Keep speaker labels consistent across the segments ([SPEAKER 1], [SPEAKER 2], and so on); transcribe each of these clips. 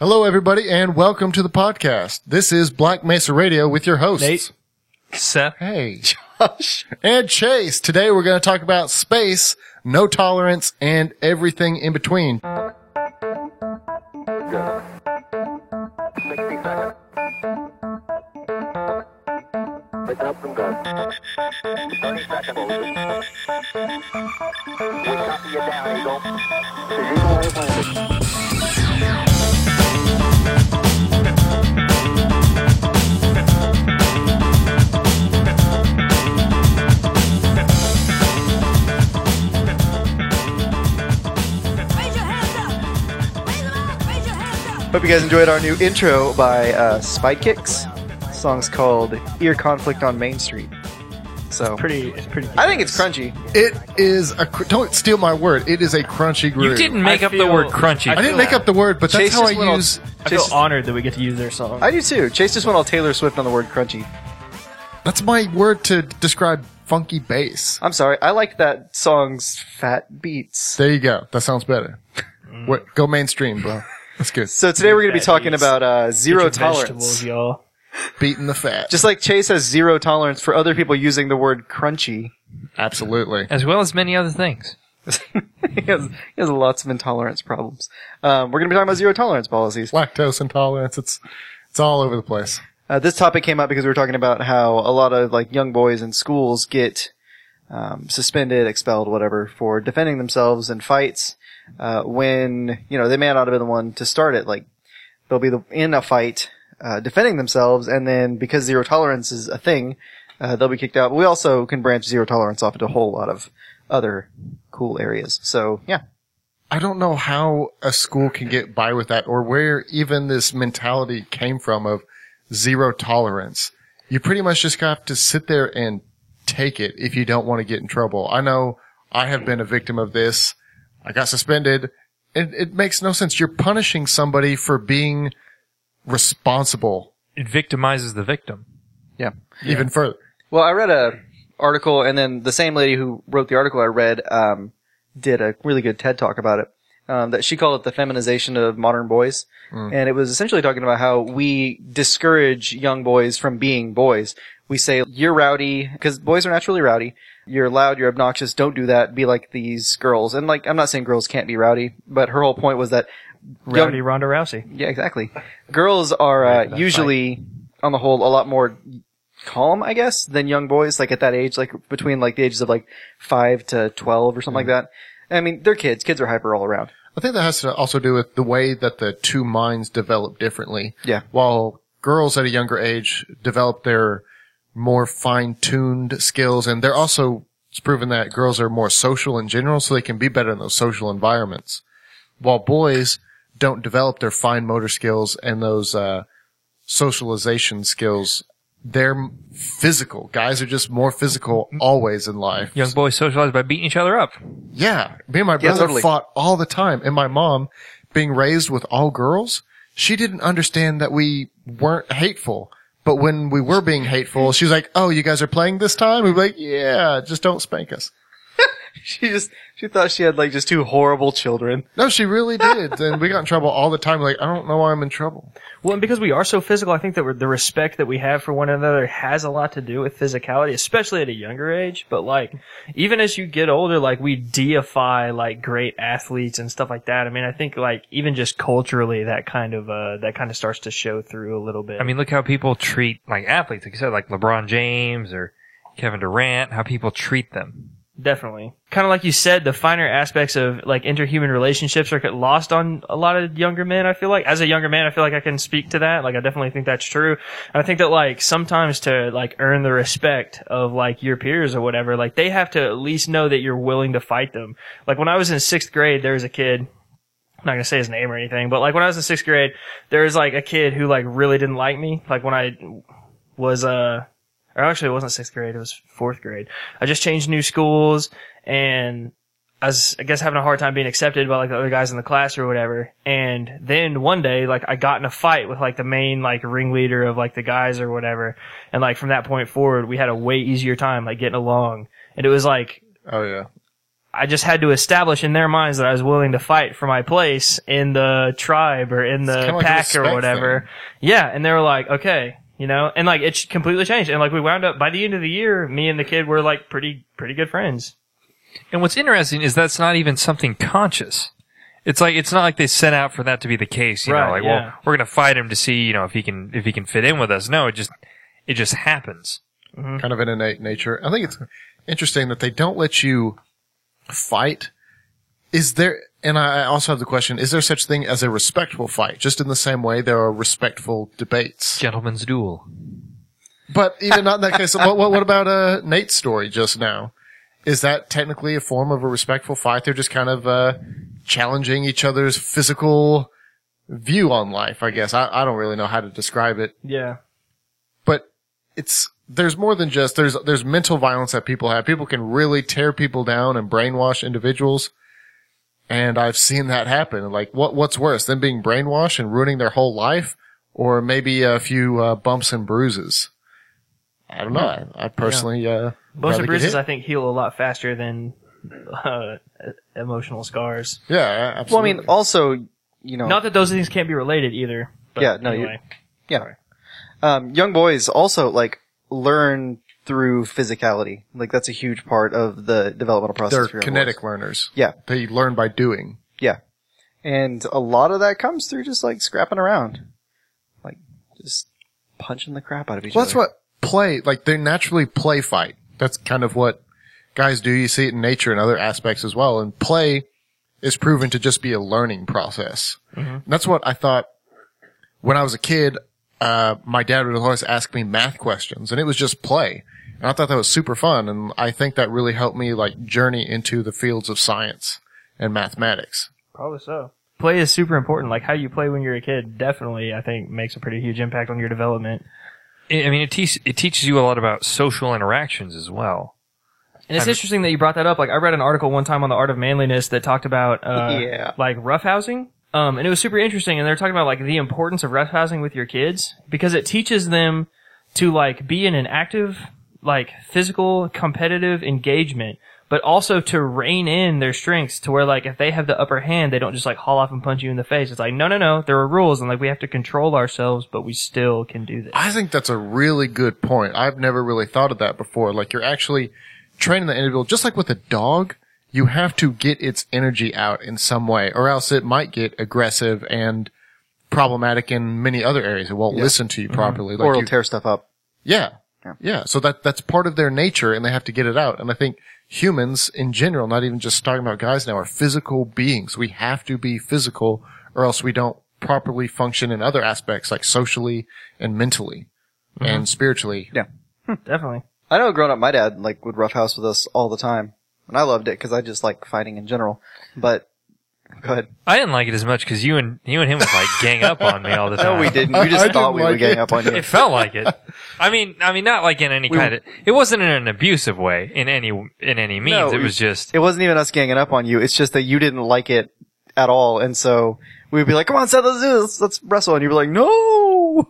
[SPEAKER 1] Hello, everybody, and welcome to the podcast. This is Black Mesa Radio with your hosts.
[SPEAKER 2] Nate. Seth.
[SPEAKER 1] Hey. And Chase. Today we're going to talk about space, no tolerance, and everything in between.
[SPEAKER 3] Raise your hands up! Raise them up! Raise your hands up!
[SPEAKER 4] Hope you guys enjoyed our new intro by uh, Spy Kicks. The song's called Ear Conflict on Main Street. So
[SPEAKER 2] Pretty, it's pretty.
[SPEAKER 4] I think it's crunchy.
[SPEAKER 1] It is a, cr- don't steal my word, it is a crunchy groove.
[SPEAKER 5] You didn't make
[SPEAKER 2] I
[SPEAKER 5] up the word
[SPEAKER 2] feel-
[SPEAKER 5] crunchy.
[SPEAKER 1] I didn't make up the word, but that's
[SPEAKER 4] Chase
[SPEAKER 1] how I
[SPEAKER 4] just went all-
[SPEAKER 1] use.
[SPEAKER 2] I
[SPEAKER 4] Chase
[SPEAKER 2] feel
[SPEAKER 4] is-
[SPEAKER 2] honored that we get to use their song.
[SPEAKER 4] I do too. Chase just went all Taylor Swift on the word crunchy.
[SPEAKER 1] That's my word to describe funky bass.
[SPEAKER 4] I'm sorry. I like that song's fat beats.
[SPEAKER 1] There you go. That sounds better. Wait, go mainstream, bro. That's good.
[SPEAKER 4] So today we're going to be
[SPEAKER 2] Fat
[SPEAKER 4] talking
[SPEAKER 2] beats.
[SPEAKER 4] about uh,
[SPEAKER 2] Get
[SPEAKER 4] zero
[SPEAKER 2] your
[SPEAKER 4] tolerance.
[SPEAKER 2] Vegetables, y'all.
[SPEAKER 1] Beating the fat.
[SPEAKER 4] Just like Chase has zero tolerance for other people using the word crunchy.
[SPEAKER 1] Absolutely.
[SPEAKER 5] as well as many other things.
[SPEAKER 4] he, has, he has lots of intolerance problems. Um, we're going to be talking about zero tolerance policies.
[SPEAKER 1] Lactose intolerance. It's, it's all over the place.
[SPEAKER 4] Uh, this topic came up because we were talking about how a lot of like young boys in schools get um, suspended, expelled, whatever, for defending themselves in fights. Uh, when you know they may not have been the one to start it. Like they'll be the, in a fight, uh, defending themselves, and then because zero tolerance is a thing, uh, they'll be kicked out. But we also can branch zero tolerance off into a whole lot of other cool areas. So yeah,
[SPEAKER 1] I don't know how a school can get by with that or where even this mentality came from of zero tolerance. You pretty much just have to sit there and take it if you don't want to get in trouble. I know I have been a victim of this. I got suspended. It, it makes no sense. You're punishing somebody for being responsible
[SPEAKER 5] It victimizes the victim.
[SPEAKER 4] yeah.
[SPEAKER 1] even further.
[SPEAKER 4] Well, I read a article, and then the same lady who wrote the article I read um, did a really good TED talk about it. Um, that she called it the feminization of modern boys, and it was essentially talking about how we discourage young boys from being boys. We say you're rowdy because boys are naturally rowdy. You're loud. You're obnoxious. Don't do that. Be like these girls. And like, I'm not saying girls can't be rowdy, but her whole point was that young-
[SPEAKER 2] Rowdy Ronda Rousey.
[SPEAKER 4] yeah, exactly. Girls are uh, usually, on the whole, a lot more calm, I guess, than young boys. Like at that age, like between like the ages of like five to twelve or something
[SPEAKER 1] Hmm.
[SPEAKER 4] like that. I mean, they're kids. Kids are hyper all around.
[SPEAKER 1] I think that has to also do with the way that the two minds develop differently.
[SPEAKER 4] Yeah.
[SPEAKER 1] While girls at a younger age develop their more fine-tuned skills, and they're also it's proven that girls are more social in general, so they can be better in those social environments. While boys don't develop their fine motor skills and those uh, socialization skills, they're physical. Guys are just more physical always in life.
[SPEAKER 5] Young boys socialize by beating each other up.
[SPEAKER 1] Yeah, me and my brother
[SPEAKER 4] totally.
[SPEAKER 1] fought all the time, and my mom, being raised with all girls, she didn't understand that we weren't hateful. But when we were being hateful, she was like, "Oh, you guys are playing this time." We were like, "Yeah, just don't spank us."
[SPEAKER 4] She just she thought she had like just two horrible children.
[SPEAKER 1] No, she really did, and we got in trouble all the time. Like, I don't know why I'm in trouble.
[SPEAKER 2] Well, and because we are so physical, I think that we're, the respect that we have for one another has a lot to do with physicality, especially at a younger age. But like, even as you get older, like we deify like great athletes and stuff like that. I mean, I think like even just culturally, that kind of uh, that kind of starts to show through a little bit.
[SPEAKER 5] I mean, look how people treat like athletes, like you said, like LeBron James or Kevin Durant. How people treat them.
[SPEAKER 2] Definitely. Kind of like you said, the finer aspects of like interhuman relationships are get lost on a lot of younger men, I feel like. As a younger man, I feel like I can speak to that. Like, I definitely think that's true. And I think that like sometimes to like earn the respect of like your peers or whatever, like they have to at least know that you're willing to fight them. Like when I was in sixth grade, there was a kid I'm not gonna say his name or anything, but like when I was in sixth grade, there was like a kid who like really didn't like me. Like when I was uh, or actually it wasn't sixth grade, it was fourth grade. I just changed new schools and I was, I guess, having a hard time being accepted by like the other guys in the class or whatever. And then one day, like, I got in a fight with like the main like ringleader of like the guys or whatever. And like from that point forward, we had a way easier time like getting along. And it was like
[SPEAKER 1] Oh yeah,
[SPEAKER 2] I just had to establish in their minds that I was willing to fight for my place in the tribe or in the
[SPEAKER 1] kinda like a
[SPEAKER 2] pack
[SPEAKER 1] respect
[SPEAKER 2] or whatever. Yeah, and they were like, okay, you know, and like it completely changed. And like we wound up by the end of the year, me and the kid were like pretty pretty good friends.
[SPEAKER 5] And what's interesting is that's not even something conscious. It's like it's not like they set out for that to be the case. You
[SPEAKER 2] Right,
[SPEAKER 5] know, like
[SPEAKER 2] yeah.
[SPEAKER 5] well, we're gonna fight him to see you know if he can if he can fit in with us. No, it just it just happens.
[SPEAKER 1] Mm-hmm. kind of an innate nature. I think it's interesting that they don't let you fight. Is there, and I I also have the question, is there such thing as a respectful fight? Just in the same way there are respectful debates.
[SPEAKER 5] Gentleman's duel.
[SPEAKER 1] But even not in that case, what, what, what about uh, Nate's story just now? Is that technically a form of a respectful fight? They're just kind of uh, challenging each other's physical view on life, I guess. I, I don't really know how to describe it
[SPEAKER 2] Yeah.
[SPEAKER 1] but it's there's more than just there's there's mental violence that people have. People can really tear people down and brainwash individuals. And I've seen that happen. Like what what's worse than being brainwashed and ruining their whole life or maybe a few uh, bumps and bruises? I don't know. I, I personally uh
[SPEAKER 2] Bumps
[SPEAKER 1] rather
[SPEAKER 2] and
[SPEAKER 1] get
[SPEAKER 2] bruises,
[SPEAKER 1] hit.
[SPEAKER 2] I think, heal a lot faster than uh, emotional scars.
[SPEAKER 1] yeah, a-
[SPEAKER 4] Well, I
[SPEAKER 1] absolutely.
[SPEAKER 4] mean, also, you know,
[SPEAKER 2] Not that those things can't be related either. But
[SPEAKER 4] Yeah, no, you-
[SPEAKER 2] anyway.
[SPEAKER 4] yeah. Um, young boys also like learn through physicality. Like that's a huge part of the developmental process.
[SPEAKER 1] they're
[SPEAKER 4] for young
[SPEAKER 1] kinetic
[SPEAKER 4] boys.
[SPEAKER 1] learners.
[SPEAKER 4] Yeah,
[SPEAKER 1] They learn by doing.
[SPEAKER 4] yeah, and a lot of that comes through just like scrapping around, like just punching the crap out of each
[SPEAKER 1] Well, that's
[SPEAKER 4] other.
[SPEAKER 1] what play, like they naturally play fight. That's kind of what guys do. You see it in nature and other aspects as well. And play is proven to just be a learning process.
[SPEAKER 4] Mm-hmm.
[SPEAKER 1] That's what I thought when I was a kid. Uh, my dad would always ask me math questions and it was just play. And I thought that was super fun. And I think that really helped me like journey into the fields of science and mathematics.
[SPEAKER 2] Probably so. Play is super important. Like how you play when you're a kid definitely, I think, makes a pretty huge impact on your development.
[SPEAKER 5] I I mean, it, teach, it teaches you a lot about social interactions as well.
[SPEAKER 2] And it's
[SPEAKER 5] I'm-
[SPEAKER 2] interesting that you brought that up. Like I read an article one time on the art of manliness that talked about uh,
[SPEAKER 4] Yeah.
[SPEAKER 2] like roughhousing. Um, and it was super interesting. And they're talking about like the importance of roughhousing with your kids because it teaches them to like be in an active, like physical, competitive engagement, but also to rein in their strengths to where like if they have the upper hand, they don't just like haul off and punch you in the face. It's like no, no, no. There are rules, and like we have to control ourselves, but we still can do this.
[SPEAKER 1] I think that's a really good point. I've never really thought of that before. Like you're actually training the individual, just like with a dog, you have to get its energy out in some way or else it might get aggressive and problematic in many other areas. It won't listen to you properly. Like
[SPEAKER 4] or will
[SPEAKER 1] you-
[SPEAKER 4] tear stuff up.
[SPEAKER 1] yeah. Yeah. So that, that's part of their nature and they have to get it out. And I think humans in general, not even just talking about guys now, are physical beings. We have to be physical or else we don't properly function in other aspects like socially and mentally and spiritually.
[SPEAKER 2] Definitely.
[SPEAKER 4] I know growing up, my dad like would roughhouse with us all the time, and I loved it because I just like fighting in general. But go ahead.
[SPEAKER 5] I didn't like it as much because you and you and him would like gang up on me all the time.
[SPEAKER 4] No, we didn't. We just
[SPEAKER 1] I didn't
[SPEAKER 4] thought we
[SPEAKER 1] like
[SPEAKER 4] were gang
[SPEAKER 1] it.
[SPEAKER 4] up on you.
[SPEAKER 5] It felt like it. I mean, I mean, not like in any kind of. It wasn't in an abusive way in any in any means. it was just.
[SPEAKER 4] It wasn't even us ganging up on you. It's just that you didn't like it at all, and so we'd be like, "Come on, Seth, let's do this. Let's wrestle." And you'd be like, "No,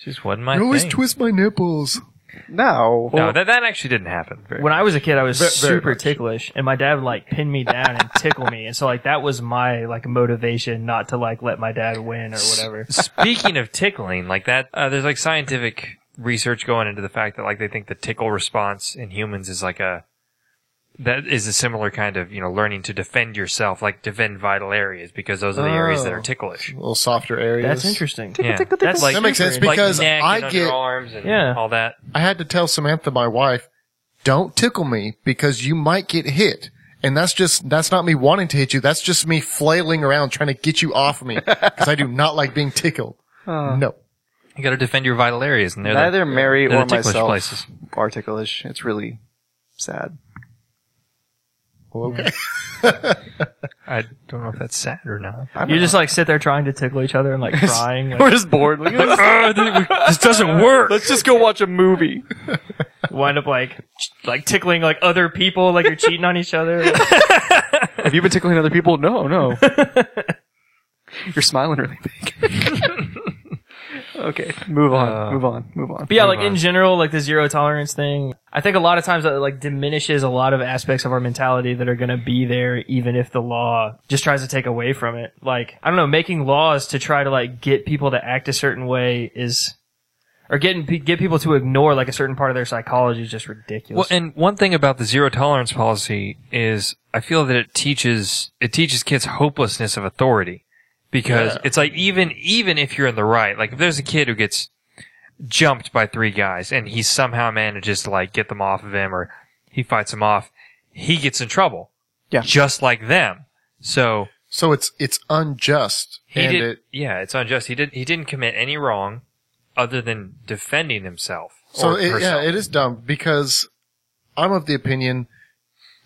[SPEAKER 5] just wasn't my
[SPEAKER 1] You always
[SPEAKER 5] thing.
[SPEAKER 1] twist my nipples.
[SPEAKER 4] no."
[SPEAKER 5] No, that that actually didn't happen. Very
[SPEAKER 2] when I was a kid, I was
[SPEAKER 1] Ve- very
[SPEAKER 2] super
[SPEAKER 1] much.
[SPEAKER 2] ticklish, and my dad would like pin me down and tickle me, and so like that was my like motivation not to like let my dad win or whatever.
[SPEAKER 5] Speaking of tickling, like that, uh, there's like scientific research going into the fact that like they think the tickle response in humans is like a that is a similar kind of you know learning to defend yourself, like defend vital areas because those are the areas that
[SPEAKER 1] Oh.
[SPEAKER 5] are ticklish.
[SPEAKER 1] A little softer areas.
[SPEAKER 2] That's interesting.
[SPEAKER 5] Yeah,
[SPEAKER 2] That's
[SPEAKER 5] like
[SPEAKER 1] That makes sense
[SPEAKER 5] like
[SPEAKER 1] because
[SPEAKER 5] neck
[SPEAKER 1] I
[SPEAKER 5] and
[SPEAKER 1] get,
[SPEAKER 5] underarms and
[SPEAKER 2] Yeah.
[SPEAKER 5] all that.
[SPEAKER 1] I had to tell Samantha, my wife, don't tickle me because you might get hit. And that's just, that's not me wanting to hit you. That's just me flailing around trying to get you off me because I do not like being tickled. no.
[SPEAKER 5] You got to defend your vital areas, and they're the-
[SPEAKER 4] Neither Mary
[SPEAKER 5] they're
[SPEAKER 4] or
[SPEAKER 5] the ticklish
[SPEAKER 4] myself
[SPEAKER 5] places.
[SPEAKER 4] are ticklish. It's really sad.
[SPEAKER 1] Well, okay.
[SPEAKER 5] I don't know if that's sad or not.
[SPEAKER 2] You just like sit there trying to tickle each other and like crying. Like,
[SPEAKER 4] We're just bored. Look at this.
[SPEAKER 5] this doesn't work.
[SPEAKER 4] Let's just go watch a movie.
[SPEAKER 2] wind up like ch- like tickling like other people, like you're cheating on each other.
[SPEAKER 4] Have you been tickling other people? No, no. You're smiling really big. okay, move on, move on, move on. Uh,
[SPEAKER 2] But yeah, like in general, like the zero tolerance thing. I think a lot of times that like diminishes a lot of aspects of our mentality that are going to be there, even if the law just tries to take away from it. Like, I don't know, making laws to try to like get people to act a certain way is, or getting get people to ignore like a certain part of their psychology is just ridiculous.
[SPEAKER 5] Well, and one thing about the zero tolerance policy is I feel that it teaches it teaches kids hopelessness of authority because it's like even even if you're in the right, like if there's a kid who gets jumped by three guys and he somehow manages to like get them off of him or he fights them off, he gets in trouble.
[SPEAKER 4] Yeah.
[SPEAKER 5] Just like them. So
[SPEAKER 1] So it's it's unjust,
[SPEAKER 5] he
[SPEAKER 1] and
[SPEAKER 5] did,
[SPEAKER 1] it
[SPEAKER 5] yeah, it's unjust. He didn't he didn't commit any wrong other than defending himself.
[SPEAKER 1] So
[SPEAKER 5] or
[SPEAKER 1] it, yeah,
[SPEAKER 5] herself.
[SPEAKER 1] it is dumb because I'm of the opinion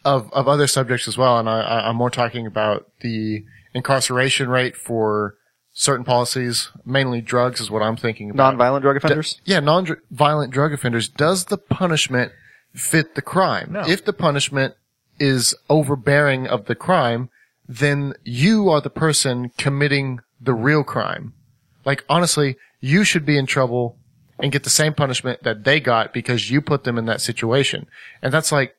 [SPEAKER 1] of of other subjects as well, and I- I, I'm more talking about the incarceration rate for certain policies, mainly drugs, is what I'm thinking about.
[SPEAKER 4] Nonviolent drug offenders.
[SPEAKER 1] D- yeah, non-violent drug offenders. Does the punishment fit the crime?
[SPEAKER 5] No.
[SPEAKER 1] If the punishment is overbearing of the crime, then you are the person committing the real crime. Like honestly, you should be in trouble and get the same punishment that they got because you put them in that situation. And that's like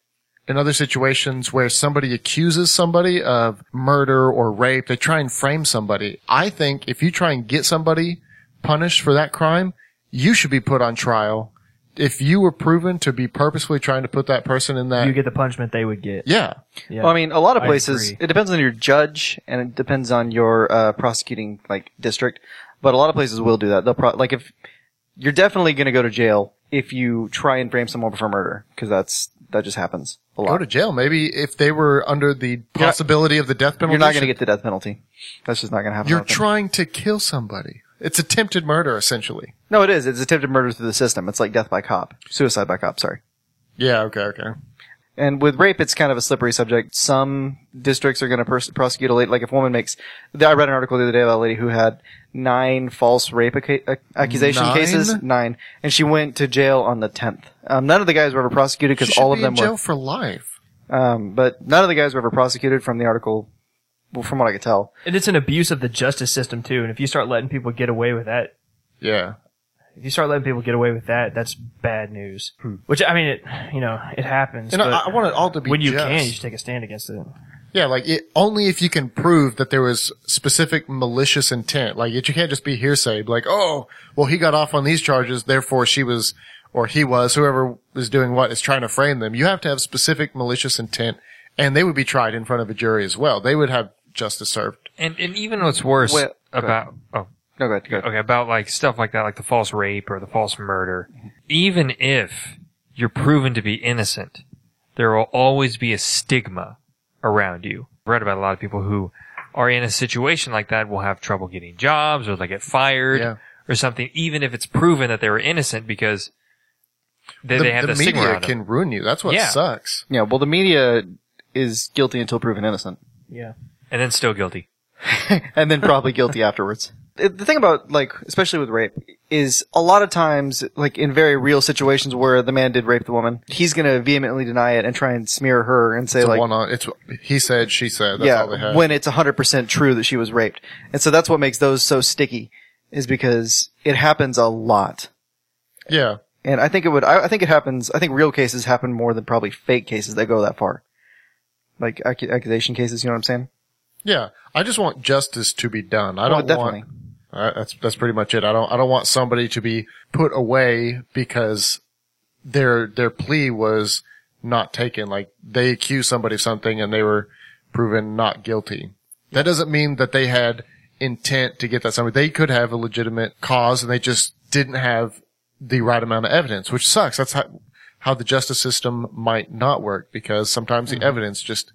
[SPEAKER 1] in other situations where somebody accuses somebody of murder or rape, they try and frame somebody. I think if you try and get somebody punished for that crime, you should be put on trial. If you were proven to be purposefully trying to put that person in that,
[SPEAKER 2] you get the punishment they would get.
[SPEAKER 1] yeah,
[SPEAKER 2] Yeah.
[SPEAKER 4] Well, I mean, a lot of
[SPEAKER 2] I
[SPEAKER 4] places.
[SPEAKER 2] agree.
[SPEAKER 4] It depends on your judge, and it depends on your uh, prosecuting like district. But a lot of places will do that. They'll pro- like if you're definitely going to go to jail if you try and frame someone for murder because that's that just happens a
[SPEAKER 1] go
[SPEAKER 4] lot.
[SPEAKER 1] to jail. Maybe if they were under the possibility of the death penalty,
[SPEAKER 4] You're not going
[SPEAKER 1] should-
[SPEAKER 4] to get the death penalty. That's just not going to happen. I
[SPEAKER 1] You're
[SPEAKER 4] don't think.
[SPEAKER 1] trying to kill somebody. It's attempted murder, essentially.
[SPEAKER 4] No, it is. It's attempted murder through the system. It's like death by cop, suicide by cop. Sorry.
[SPEAKER 1] Yeah. Okay. Okay.
[SPEAKER 4] And with rape, it's kind of a slippery subject. Some districts are going to pers- prosecute a lady. Like if a woman makes, I read an article the other day about a lady who had nine false rape acca- ac- accusation
[SPEAKER 1] Nine?
[SPEAKER 4] cases, nine, and she went to jail on the tenth. Um, none of the guys were ever prosecuted
[SPEAKER 1] She
[SPEAKER 4] because
[SPEAKER 1] should
[SPEAKER 4] all of
[SPEAKER 1] be
[SPEAKER 4] them
[SPEAKER 1] in jail
[SPEAKER 4] were.
[SPEAKER 1] for life.
[SPEAKER 4] Um, but none of the guys were ever prosecuted from the article, well, from what I could tell.
[SPEAKER 2] and it's an abuse of the justice system too. And if you start letting people get away with that,
[SPEAKER 1] Yeah.
[SPEAKER 2] if you start letting people get away with that, that's bad news. Which I mean, it you know it happens.
[SPEAKER 1] And I-
[SPEAKER 2] but
[SPEAKER 1] I want it all to be
[SPEAKER 2] when you
[SPEAKER 1] just.
[SPEAKER 2] can, you should take a stand against it.
[SPEAKER 1] Yeah, like it, only if you can prove that there was specific malicious intent. Like it, you can't just be hearsay. Like, oh, well, he got off on these charges, therefore she was, or he was, whoever was doing what is trying to frame them. You have to have specific malicious intent, and they would be tried in front of a jury as well. They would have justice served.
[SPEAKER 5] and and even what's worse
[SPEAKER 4] Well, go ahead.
[SPEAKER 5] about oh
[SPEAKER 4] No, go ahead. Go ahead.
[SPEAKER 5] okay about like stuff like that like the false rape or the false murder even if you're proven to be innocent there will always be a stigma around you i've read about a lot of people who are in a situation like that will have trouble getting jobs or they get fired
[SPEAKER 1] Yeah.
[SPEAKER 5] or something even if it's proven that they were innocent because they, they have the, stigma
[SPEAKER 1] media
[SPEAKER 5] around them.
[SPEAKER 1] can ruin you. That's what
[SPEAKER 5] Yeah.
[SPEAKER 1] sucks.
[SPEAKER 4] Yeah. Well, the media is guilty until proven innocent.
[SPEAKER 2] Yeah.
[SPEAKER 5] and then still guilty
[SPEAKER 4] and then probably guilty afterwards. The the thing about like, especially with rape, is a lot of times, like in very real situations where the man did rape the woman, he's gonna vehemently deny it and try and smear her and say
[SPEAKER 1] The
[SPEAKER 4] like,
[SPEAKER 1] one on, it's he said, she said. That's all they
[SPEAKER 4] yeah,
[SPEAKER 1] had.
[SPEAKER 4] when it's hundred percent true that she was raped, and so that's what makes those so sticky, is because it happens a lot.
[SPEAKER 1] yeah,
[SPEAKER 4] And I think it would. I, I think it happens. I think real cases happen more than probably fake cases that go that far, like accu- accusation cases. You know what I'm saying?
[SPEAKER 1] yeah. I just want justice to be done. I
[SPEAKER 4] Oh,
[SPEAKER 1] don't want
[SPEAKER 4] definitely.
[SPEAKER 1] Uh, that's that's pretty much it. I don't I don't want somebody to be put away because their their plea was not taken. Like they accused somebody of something and they were proven not guilty. That doesn't mean that they had intent to get that somebody. They could have a legitimate cause and they just didn't have the right amount of evidence, which sucks. That's how how the justice system might not work because sometimes
[SPEAKER 4] Mm-hmm.
[SPEAKER 1] the evidence just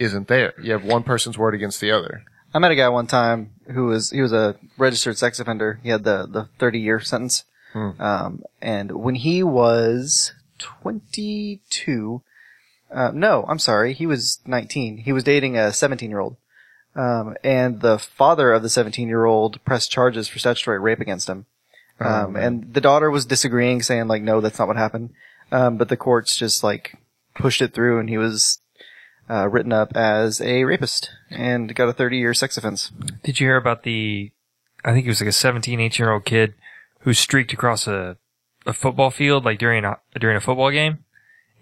[SPEAKER 1] isn't there. You have one person's word against the other.
[SPEAKER 4] I met a guy one time who was he was a registered sex offender. He had the the thirty year sentence. Um, and when he was twenty two, uh, no, I'm sorry, he was nineteen. He was dating a seventeen year old. Um, and the father of the seventeen year old pressed charges for statutory rape against him. Um, and the daughter was disagreeing, saying like, "No, that's not what happened." Um, but the courts just like pushed it through, and he was uh, written up as a rapist and got a 30 year sex offense.
[SPEAKER 5] Did you hear about the? I think it was like a 17, 18 year old kid who streaked across a, a football field like during a during a football game,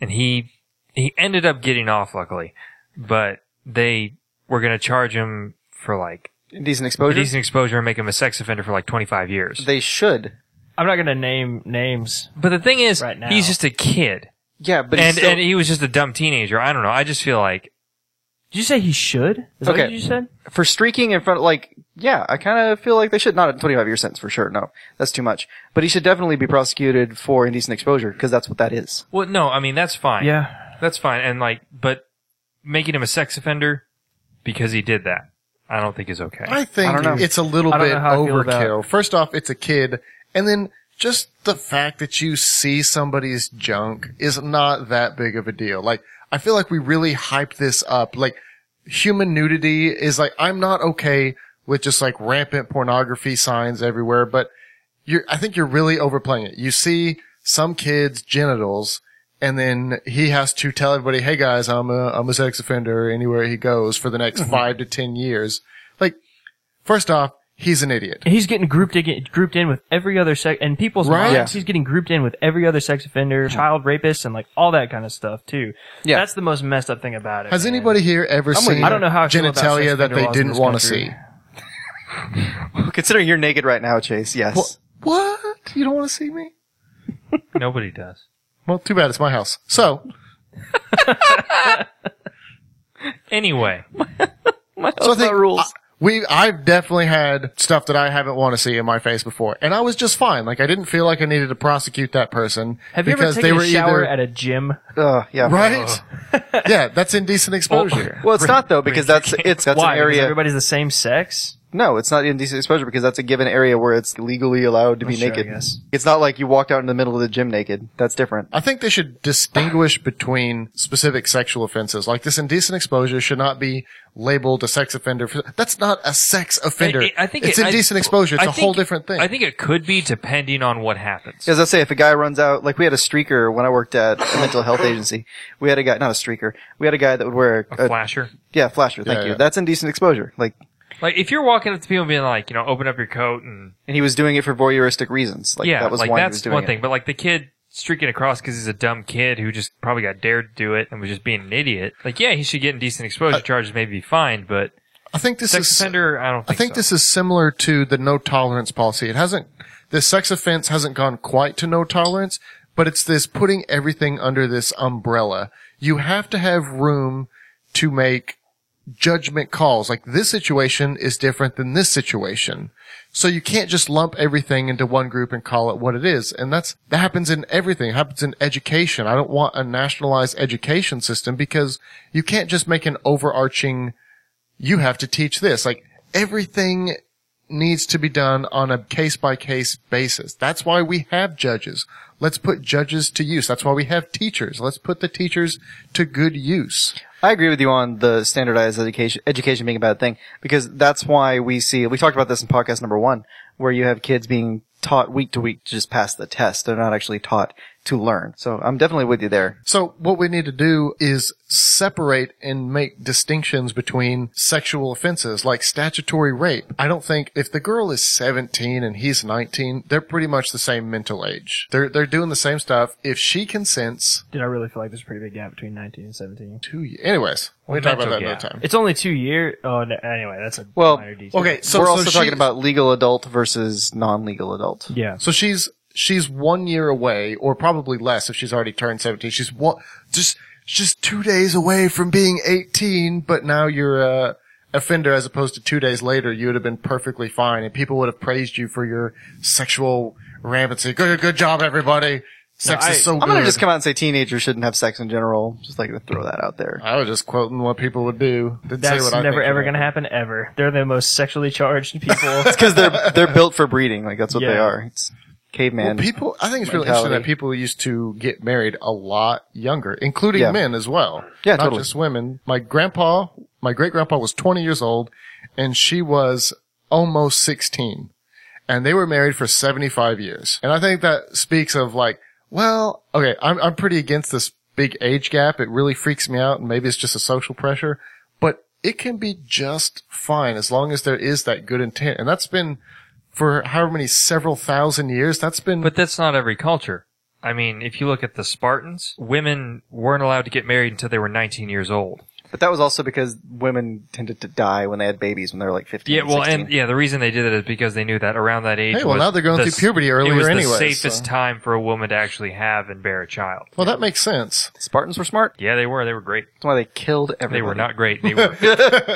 [SPEAKER 5] and he he ended up getting off luckily, but they were going to charge him for like
[SPEAKER 4] Decent exposure.
[SPEAKER 5] decent exposure and make him a sex offender for like 25 years.
[SPEAKER 4] They should.
[SPEAKER 2] I'm not gonna name names.
[SPEAKER 5] but the thing is,
[SPEAKER 2] Right now.
[SPEAKER 5] he's just a kid,
[SPEAKER 4] Yeah, but he's
[SPEAKER 5] and
[SPEAKER 4] still-
[SPEAKER 5] and he was just a dumb teenager. I don't know. I just feel like
[SPEAKER 2] Did you say he should? Is that
[SPEAKER 4] Okay.
[SPEAKER 2] what you said?
[SPEAKER 4] for streaking in front, like, yeah, I kind of feel like they should not a 25 year sentence for sure. No, that's too much. But he should definitely be prosecuted for indecent exposure because that's what that is.
[SPEAKER 5] well, no, I mean that's fine.
[SPEAKER 2] Yeah.
[SPEAKER 5] that's fine. And like, but making him a sex offender because he did that, I don't think is okay.
[SPEAKER 1] I think
[SPEAKER 4] I don't know.
[SPEAKER 1] it's a little
[SPEAKER 2] I don't
[SPEAKER 1] bit
[SPEAKER 2] know how I feel about-
[SPEAKER 1] overkill. First off, it's a kid, and then just the fact that you see somebody's junk is not that big of a deal. Like, I feel like we really hype this up. Like, human nudity is like, I'm not okay with just like rampant pornography signs everywhere, but you're, I think you're really overplaying it. You see some kid's genitals and then he has to tell everybody, Hey guys, I'm a, I'm a sex offender anywhere he goes for the next
[SPEAKER 2] Mm-hmm.
[SPEAKER 1] five to 10 years. Like, first off, he's an idiot.
[SPEAKER 2] He's getting grouped in, grouped in with every other sex and people's
[SPEAKER 1] Right.
[SPEAKER 2] minds.
[SPEAKER 1] Yeah.
[SPEAKER 2] He's getting grouped in with every other sex offender, child rapist, and like all that kind of stuff too.
[SPEAKER 4] Yeah.
[SPEAKER 2] That's the most messed up thing about it.
[SPEAKER 1] Has
[SPEAKER 2] man.
[SPEAKER 1] anybody here ever
[SPEAKER 2] with
[SPEAKER 1] seen
[SPEAKER 2] you. I don't know how I feel about sex
[SPEAKER 1] genitalia that
[SPEAKER 2] offender
[SPEAKER 1] they
[SPEAKER 2] laws in
[SPEAKER 1] didn't
[SPEAKER 2] this
[SPEAKER 1] want to
[SPEAKER 2] country.
[SPEAKER 1] see?
[SPEAKER 4] Considering you're naked right now, Chase. Yes.
[SPEAKER 1] What? You don't want to see me?
[SPEAKER 5] Nobody does.
[SPEAKER 1] Well, too bad. It's my house. So
[SPEAKER 5] Anyway,
[SPEAKER 1] So I think I- we, I've definitely had stuff that I haven't want to see in my face before, and I was just fine. Like I didn't feel like I needed to prosecute that person
[SPEAKER 2] Have you ever
[SPEAKER 1] because
[SPEAKER 2] taken
[SPEAKER 1] they were
[SPEAKER 2] a shower
[SPEAKER 1] either
[SPEAKER 2] at a gym?
[SPEAKER 4] Ugh, uh, yeah.
[SPEAKER 1] right. yeah, that's indecent exposure.
[SPEAKER 4] Well, it's not though because that's it's that's
[SPEAKER 2] Why?
[SPEAKER 4] an
[SPEAKER 2] Because
[SPEAKER 4] area.
[SPEAKER 2] everybody's the same sex.
[SPEAKER 4] No, it's not indecent exposure because that's a given area where it's legally allowed to be
[SPEAKER 2] sure, I
[SPEAKER 4] naked.
[SPEAKER 2] guess.
[SPEAKER 4] It's not like you walked out in the middle of the gym naked. That's different.
[SPEAKER 1] I think they should distinguish between specific sexual offenses. Like this indecent exposure should not be labeled a sex offender. for- That's not a sex offender.
[SPEAKER 5] I- I think
[SPEAKER 1] it's
[SPEAKER 5] it- I-
[SPEAKER 1] indecent exposure. It's
[SPEAKER 5] I
[SPEAKER 1] a
[SPEAKER 5] think-
[SPEAKER 1] whole different thing.
[SPEAKER 5] I think it could be depending on what happens.
[SPEAKER 4] As I say, if a guy runs out, like we had a streaker when I worked at a mental health agency, we had a guy, not a streaker, we had a guy that would wear
[SPEAKER 1] uh,
[SPEAKER 4] a,
[SPEAKER 5] A flasher.
[SPEAKER 4] yeah, flasher. Thank
[SPEAKER 1] Yeah,
[SPEAKER 4] you.
[SPEAKER 1] yeah.
[SPEAKER 4] That's indecent exposure. Like,
[SPEAKER 5] Like if you're walking up to people and being like, you know, open up your coat and
[SPEAKER 4] and he was doing it for voyeuristic reasons. Like
[SPEAKER 5] yeah,
[SPEAKER 4] that was
[SPEAKER 5] like
[SPEAKER 4] why he
[SPEAKER 5] that's
[SPEAKER 4] was doing
[SPEAKER 5] one
[SPEAKER 4] it.
[SPEAKER 5] thing. But like the kid streaking across because he's a dumb kid who just probably got dared to do it and was just being an idiot. Like yeah, he should get indecent
[SPEAKER 1] Uh,
[SPEAKER 5] exposure charges, maybe be fined, but
[SPEAKER 1] I think this
[SPEAKER 5] sex
[SPEAKER 1] is
[SPEAKER 5] offender, I don't
[SPEAKER 1] I
[SPEAKER 5] think.
[SPEAKER 1] think
[SPEAKER 5] so.
[SPEAKER 1] this is similar to the no tolerance policy. It hasn't, the sex offense hasn't gone quite to no tolerance, but it's this putting everything under this umbrella. You have to have room to make judgment calls. Like this situation is different than this situation. So you can't just lump everything into one group and call it what it is. And that's, that happens in everything. It happens in education. I don't want a nationalized education system because you can't just make an overarching you have to teach this. Like everything needs to be done on a case by case basis. That's why we have judges. Let's put judges to use. That's why we have teachers. Let's put the teachers to good use.
[SPEAKER 4] I agree with you on the standardized education education being a bad thing because that's why we see we talked about this in podcast number one where you have kids being taught week to week to just pass the test. They're not actually taught to learn. So I'm definitely with you there.
[SPEAKER 1] So what we need to do is separate and make distinctions between sexual offenses like statutory rape. I don't think if the girl is 17 and he's 19, they're pretty much the same mental age. They're, they're doing the same stuff. If she consents
[SPEAKER 2] Did I really feel like there's a pretty big gap between 19 and 17?
[SPEAKER 1] to, anyways, we can talk about that
[SPEAKER 5] Mental
[SPEAKER 1] another
[SPEAKER 5] gap.
[SPEAKER 1] time.
[SPEAKER 2] It's only two year. Oh, no, anyway, that's a
[SPEAKER 4] Well,
[SPEAKER 2] minor detail.
[SPEAKER 1] Okay. So
[SPEAKER 4] We're
[SPEAKER 1] so
[SPEAKER 4] also talking
[SPEAKER 1] she-
[SPEAKER 4] about legal adult versus non-legal adult.
[SPEAKER 2] Yeah.
[SPEAKER 1] So she's she's one year away, or probably less if she's already turned seventeen. She's one just just two days away from being eighteen, but now you're a offender as opposed to two days later you would have been perfectly fine, and people would have praised you for your sexual rampancy. Good good job, everybody. Sex
[SPEAKER 2] I-
[SPEAKER 1] is so
[SPEAKER 4] I'm
[SPEAKER 1] good.
[SPEAKER 4] gonna just come out and say teenagers shouldn't have sex in general. Just like to throw that out there.
[SPEAKER 1] I was just quoting what people would do. Didn't say
[SPEAKER 2] That's
[SPEAKER 1] what I
[SPEAKER 2] never
[SPEAKER 1] think
[SPEAKER 2] ever
[SPEAKER 1] about
[SPEAKER 2] going to
[SPEAKER 1] it.
[SPEAKER 2] happen ever. They're the most sexually charged people.
[SPEAKER 4] Because they're they're built for breeding. Like that's what they
[SPEAKER 2] Yeah.
[SPEAKER 4] are. It's caveman.
[SPEAKER 1] Well, people, I think it's really interesting that
[SPEAKER 4] mentality.
[SPEAKER 1] people used to get married a lot younger, including
[SPEAKER 4] Yeah.
[SPEAKER 1] men as well.
[SPEAKER 4] Yeah,
[SPEAKER 1] not
[SPEAKER 4] totally.
[SPEAKER 1] just women. My grandpa, my great grandpa was 20 years old, and she was almost 16, and they were married for 75 years. And I think that speaks of like, well, okay, I'm I'm pretty against this big age gap. It really freaks me out, and maybe it's just a social pressure, but it can be just fine as long as there is that good intent, and that's been. For however many several thousand years, that's been
[SPEAKER 5] But that's not every culture. I mean, if you look at the Spartans, women weren't allowed to get married until they were 19 years old.
[SPEAKER 4] But that was also because women tended to die when they had babies when they were like 15.
[SPEAKER 5] Yeah, well,
[SPEAKER 4] 16.
[SPEAKER 5] and yeah, the reason they did it is because they knew that around that age.
[SPEAKER 1] Hey, well,
[SPEAKER 5] was
[SPEAKER 1] now they're going
[SPEAKER 5] the
[SPEAKER 1] through
[SPEAKER 5] s-
[SPEAKER 1] puberty earlier
[SPEAKER 5] It was
[SPEAKER 1] anyway,
[SPEAKER 5] the safest
[SPEAKER 1] so-
[SPEAKER 5] time for a woman to actually have and bear a child.
[SPEAKER 1] Well, that makes sense.
[SPEAKER 4] Spartans were smart.
[SPEAKER 5] Yeah, they were. They were great.
[SPEAKER 4] That's why they killed
[SPEAKER 5] They
[SPEAKER 4] everybody.
[SPEAKER 5] were not great. They were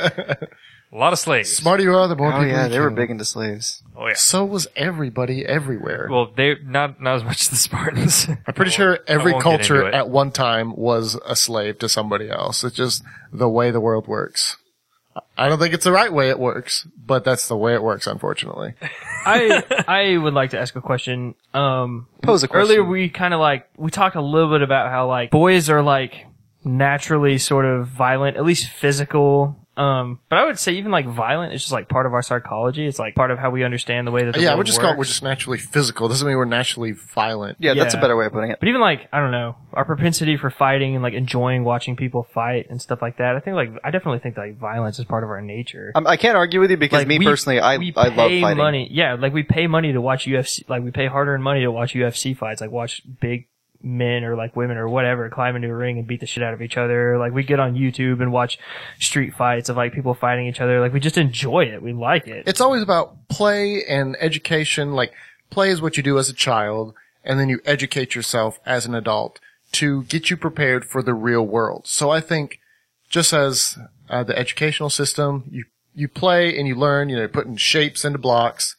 [SPEAKER 5] a lot of slaves.
[SPEAKER 1] Smarter you are, the more
[SPEAKER 4] Oh
[SPEAKER 1] people.
[SPEAKER 4] yeah,
[SPEAKER 1] you
[SPEAKER 4] they were
[SPEAKER 1] kill.
[SPEAKER 4] big into slaves.
[SPEAKER 5] Oh yeah.
[SPEAKER 1] So was everybody everywhere.
[SPEAKER 5] Well, they not not as much as the Spartans.
[SPEAKER 1] I'm pretty sure every
[SPEAKER 5] won't get
[SPEAKER 1] culture
[SPEAKER 5] into it.
[SPEAKER 1] at one time was a slave to somebody else. It's just the way the world works. I don't think it's the right way it works, but that's the way it works, unfortunately.
[SPEAKER 2] I I would like to ask a question. Um,
[SPEAKER 4] Pose a question.
[SPEAKER 2] Earlier we kind of like we talked a little bit about how like boys are like naturally sort of violent, at least physical. Um, but I would say even like violent is just like part of our psychology. It's like part of how we understand the way that the
[SPEAKER 1] yeah,
[SPEAKER 2] world
[SPEAKER 1] we're just
[SPEAKER 2] works.
[SPEAKER 1] called, we're just naturally physical. Doesn't mean we're naturally violent.
[SPEAKER 4] Yeah, that's a
[SPEAKER 2] Yeah.
[SPEAKER 4] better way of putting it.
[SPEAKER 2] But even like I don't know our propensity for fighting and like enjoying watching people fight and stuff like that. I think like I definitely think like violence is part of our nature.
[SPEAKER 4] I'm, I can't argue with you because
[SPEAKER 2] Like,
[SPEAKER 4] me
[SPEAKER 2] we-
[SPEAKER 4] personally, I
[SPEAKER 2] we
[SPEAKER 4] I love
[SPEAKER 2] pay
[SPEAKER 4] fighting.
[SPEAKER 2] money. Yeah, like we pay money to watch UFC. Like we pay hard-earned money to watch UFC fights. Like watch big men or like women or whatever climb into a ring and beat the shit out of each other. Like we get on YouTube and watch street fights of like people fighting each other. Like we just enjoy it. We like it.
[SPEAKER 1] It's always about play and education. Like, play is what you do as a child, and then you educate yourself as an adult to get you prepared for the real world. So I think just as uh, the educational system, you, you play and you learn, you know, putting shapes into blocks,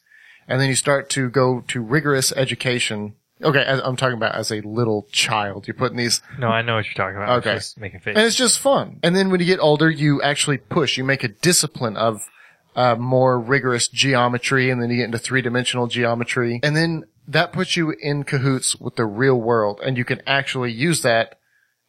[SPEAKER 1] and then you start to go to rigorous education. Okay, as, I'm talking about as a little child. You're putting these
[SPEAKER 5] No, I know what you're talking about. I'm
[SPEAKER 1] Okay.
[SPEAKER 5] just making faces.
[SPEAKER 1] and it's just fun. And then when you get older, you actually push. You make a discipline of uh, more rigorous geometry, and then you get into three dimensional geometry, and then that puts you in cahoots with the real world, and you can actually use that.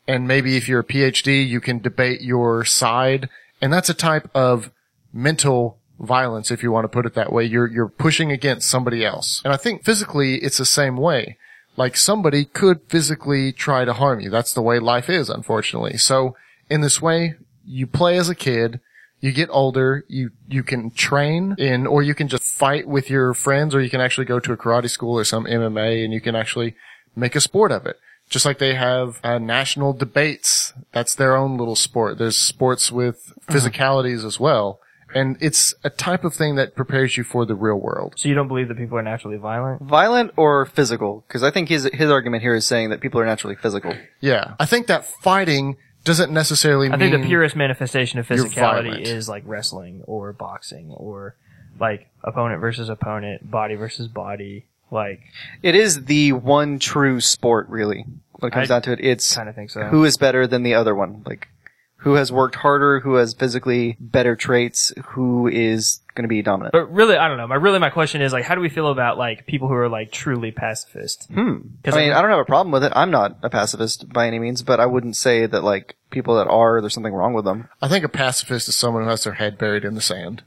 [SPEAKER 1] And maybe if you're a PhD, you can debate your side, and that's a type of mental violence, if you want to put it that way. You're you're pushing against somebody else, and I think physically it's the same way like somebody could physically try to harm you. That's the way life is, unfortunately. So in this way, you play as a kid, you get older, you, you can train in, or you can just fight with your friends, or you can actually go to a karate school or some MMA and you can actually make a sport of it. Just like they have uh, national debates. That's their own little sport. There's sports with
[SPEAKER 2] Uh-huh.
[SPEAKER 1] physicalities as well. And it's a type of thing that prepares you for the real world.
[SPEAKER 2] so you don't believe that people are naturally violent?
[SPEAKER 4] Violent or physical? Because I think his his argument here is saying that people are naturally physical.
[SPEAKER 1] Yeah. I think that fighting doesn't necessarily
[SPEAKER 2] I
[SPEAKER 1] mean
[SPEAKER 2] think the purest manifestation of physicality
[SPEAKER 1] violent.
[SPEAKER 2] is like wrestling or boxing or like opponent versus opponent, body versus body. Like
[SPEAKER 4] It is the one true sport, really. When it comes
[SPEAKER 2] I
[SPEAKER 4] down to it, it's
[SPEAKER 2] kind of think so.
[SPEAKER 4] who is better than the other one. Like, who has worked harder? Who has physically better traits? Who is going to be dominant?
[SPEAKER 2] But really, I don't know. My really, my question is like, how do we feel about like people who are like truly pacifist? Hmm.
[SPEAKER 4] I mean, I don't have a problem with it. I'm not a pacifist by any means, but I wouldn't say that like people that are there's something wrong with them.
[SPEAKER 1] I think a pacifist is someone who has their head buried in the sand.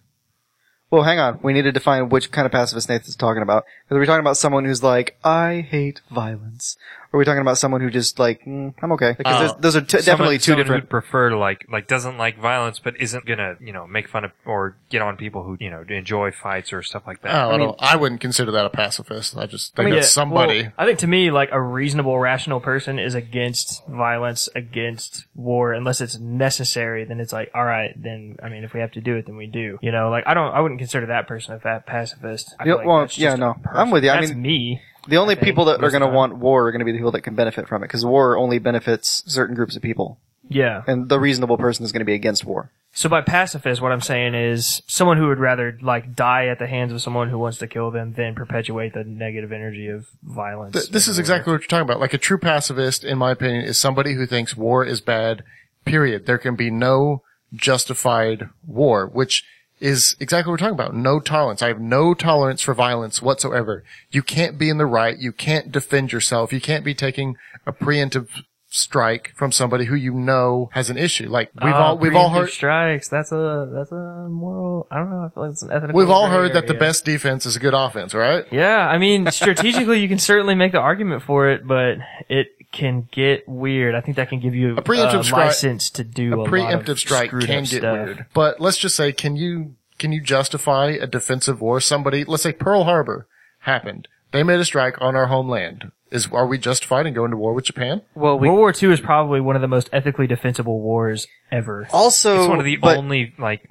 [SPEAKER 4] Well, hang on. We need to define which kind of pacifist Nathan's talking about. Are we talking about someone who's like, I hate violence? Or are we talking about someone who just like, mm, I'm okay?
[SPEAKER 1] Oh.
[SPEAKER 4] Because those are t-
[SPEAKER 5] Someone-
[SPEAKER 4] definitely two
[SPEAKER 5] someone
[SPEAKER 4] different.
[SPEAKER 5] Who'd prefer to like like doesn't like violence, but isn't gonna you know make fun of or get on people who you know enjoy fights or stuff
[SPEAKER 2] Oh,
[SPEAKER 5] like that.
[SPEAKER 4] Oh,
[SPEAKER 1] I, don't, I wouldn't consider that a pacifist. I just think
[SPEAKER 2] mean,
[SPEAKER 1] that's
[SPEAKER 2] yeah,
[SPEAKER 1] somebody.
[SPEAKER 2] well, I think to me, like a reasonable, rational person is against violence, against war, unless it's necessary. Then it's like, all right, then I mean, if we have to do it, then we do. You know, like I don't, I wouldn't consider that person a fa- pacifist. I feel
[SPEAKER 4] Yeah,
[SPEAKER 2] like
[SPEAKER 4] well,
[SPEAKER 2] that's just
[SPEAKER 4] yeah,
[SPEAKER 2] a
[SPEAKER 4] no. I'm
[SPEAKER 2] person.
[SPEAKER 4] with you. I
[SPEAKER 2] That's
[SPEAKER 4] mean-
[SPEAKER 2] me.
[SPEAKER 4] The only
[SPEAKER 2] think,
[SPEAKER 4] people that are
[SPEAKER 2] most
[SPEAKER 4] going to
[SPEAKER 2] of the
[SPEAKER 4] want war are going to be the people that can benefit from it, because war only benefits certain groups of people,
[SPEAKER 2] Yeah.
[SPEAKER 4] and the reasonable person is going to be against war.
[SPEAKER 2] So by pacifist, what I'm saying is someone who would rather like die at the hands of someone who wants to kill them than perpetuate the negative energy of violence.
[SPEAKER 1] Th- this is
[SPEAKER 2] everywhere.
[SPEAKER 1] exactly what you're talking about. Like a true pacifist, in my opinion, is somebody who thinks war is bad, period. There can be no justified war, which is exactly what we're talking about. No tolerance. I have no tolerance for violence whatsoever. You can't be in the right. You can't defend yourself. You can't be taking a preemptive strike from somebody who you know has an issue. Like we've
[SPEAKER 2] Ah,
[SPEAKER 1] all, we've all
[SPEAKER 2] preemptive
[SPEAKER 1] heard.
[SPEAKER 2] strikes. That's a that's a moral. I don't know. I feel like it's an ethical.
[SPEAKER 1] We've all
[SPEAKER 2] gray
[SPEAKER 1] heard that the
[SPEAKER 2] area.
[SPEAKER 1] best defense is a good offense, right?
[SPEAKER 2] Yeah, I mean, strategically, you can certainly make the argument for it, but it can get weird. I think that can give you a
[SPEAKER 1] preemptive strike-
[SPEAKER 2] license to do a,
[SPEAKER 1] a
[SPEAKER 2] lot of
[SPEAKER 1] preemptive strike
[SPEAKER 2] screwed
[SPEAKER 1] can
[SPEAKER 2] up
[SPEAKER 1] get
[SPEAKER 2] stuff.
[SPEAKER 1] weird. But let's just say, can you can you justify a defensive war? Somebody, let's say Pearl Harbor happened. They made a strike on our homeland. Is are we justified in going to war with Japan?
[SPEAKER 4] Well, we
[SPEAKER 2] World War II is probably one of the most ethically defensible wars ever.
[SPEAKER 4] also
[SPEAKER 5] it's one of the
[SPEAKER 4] but,
[SPEAKER 5] only like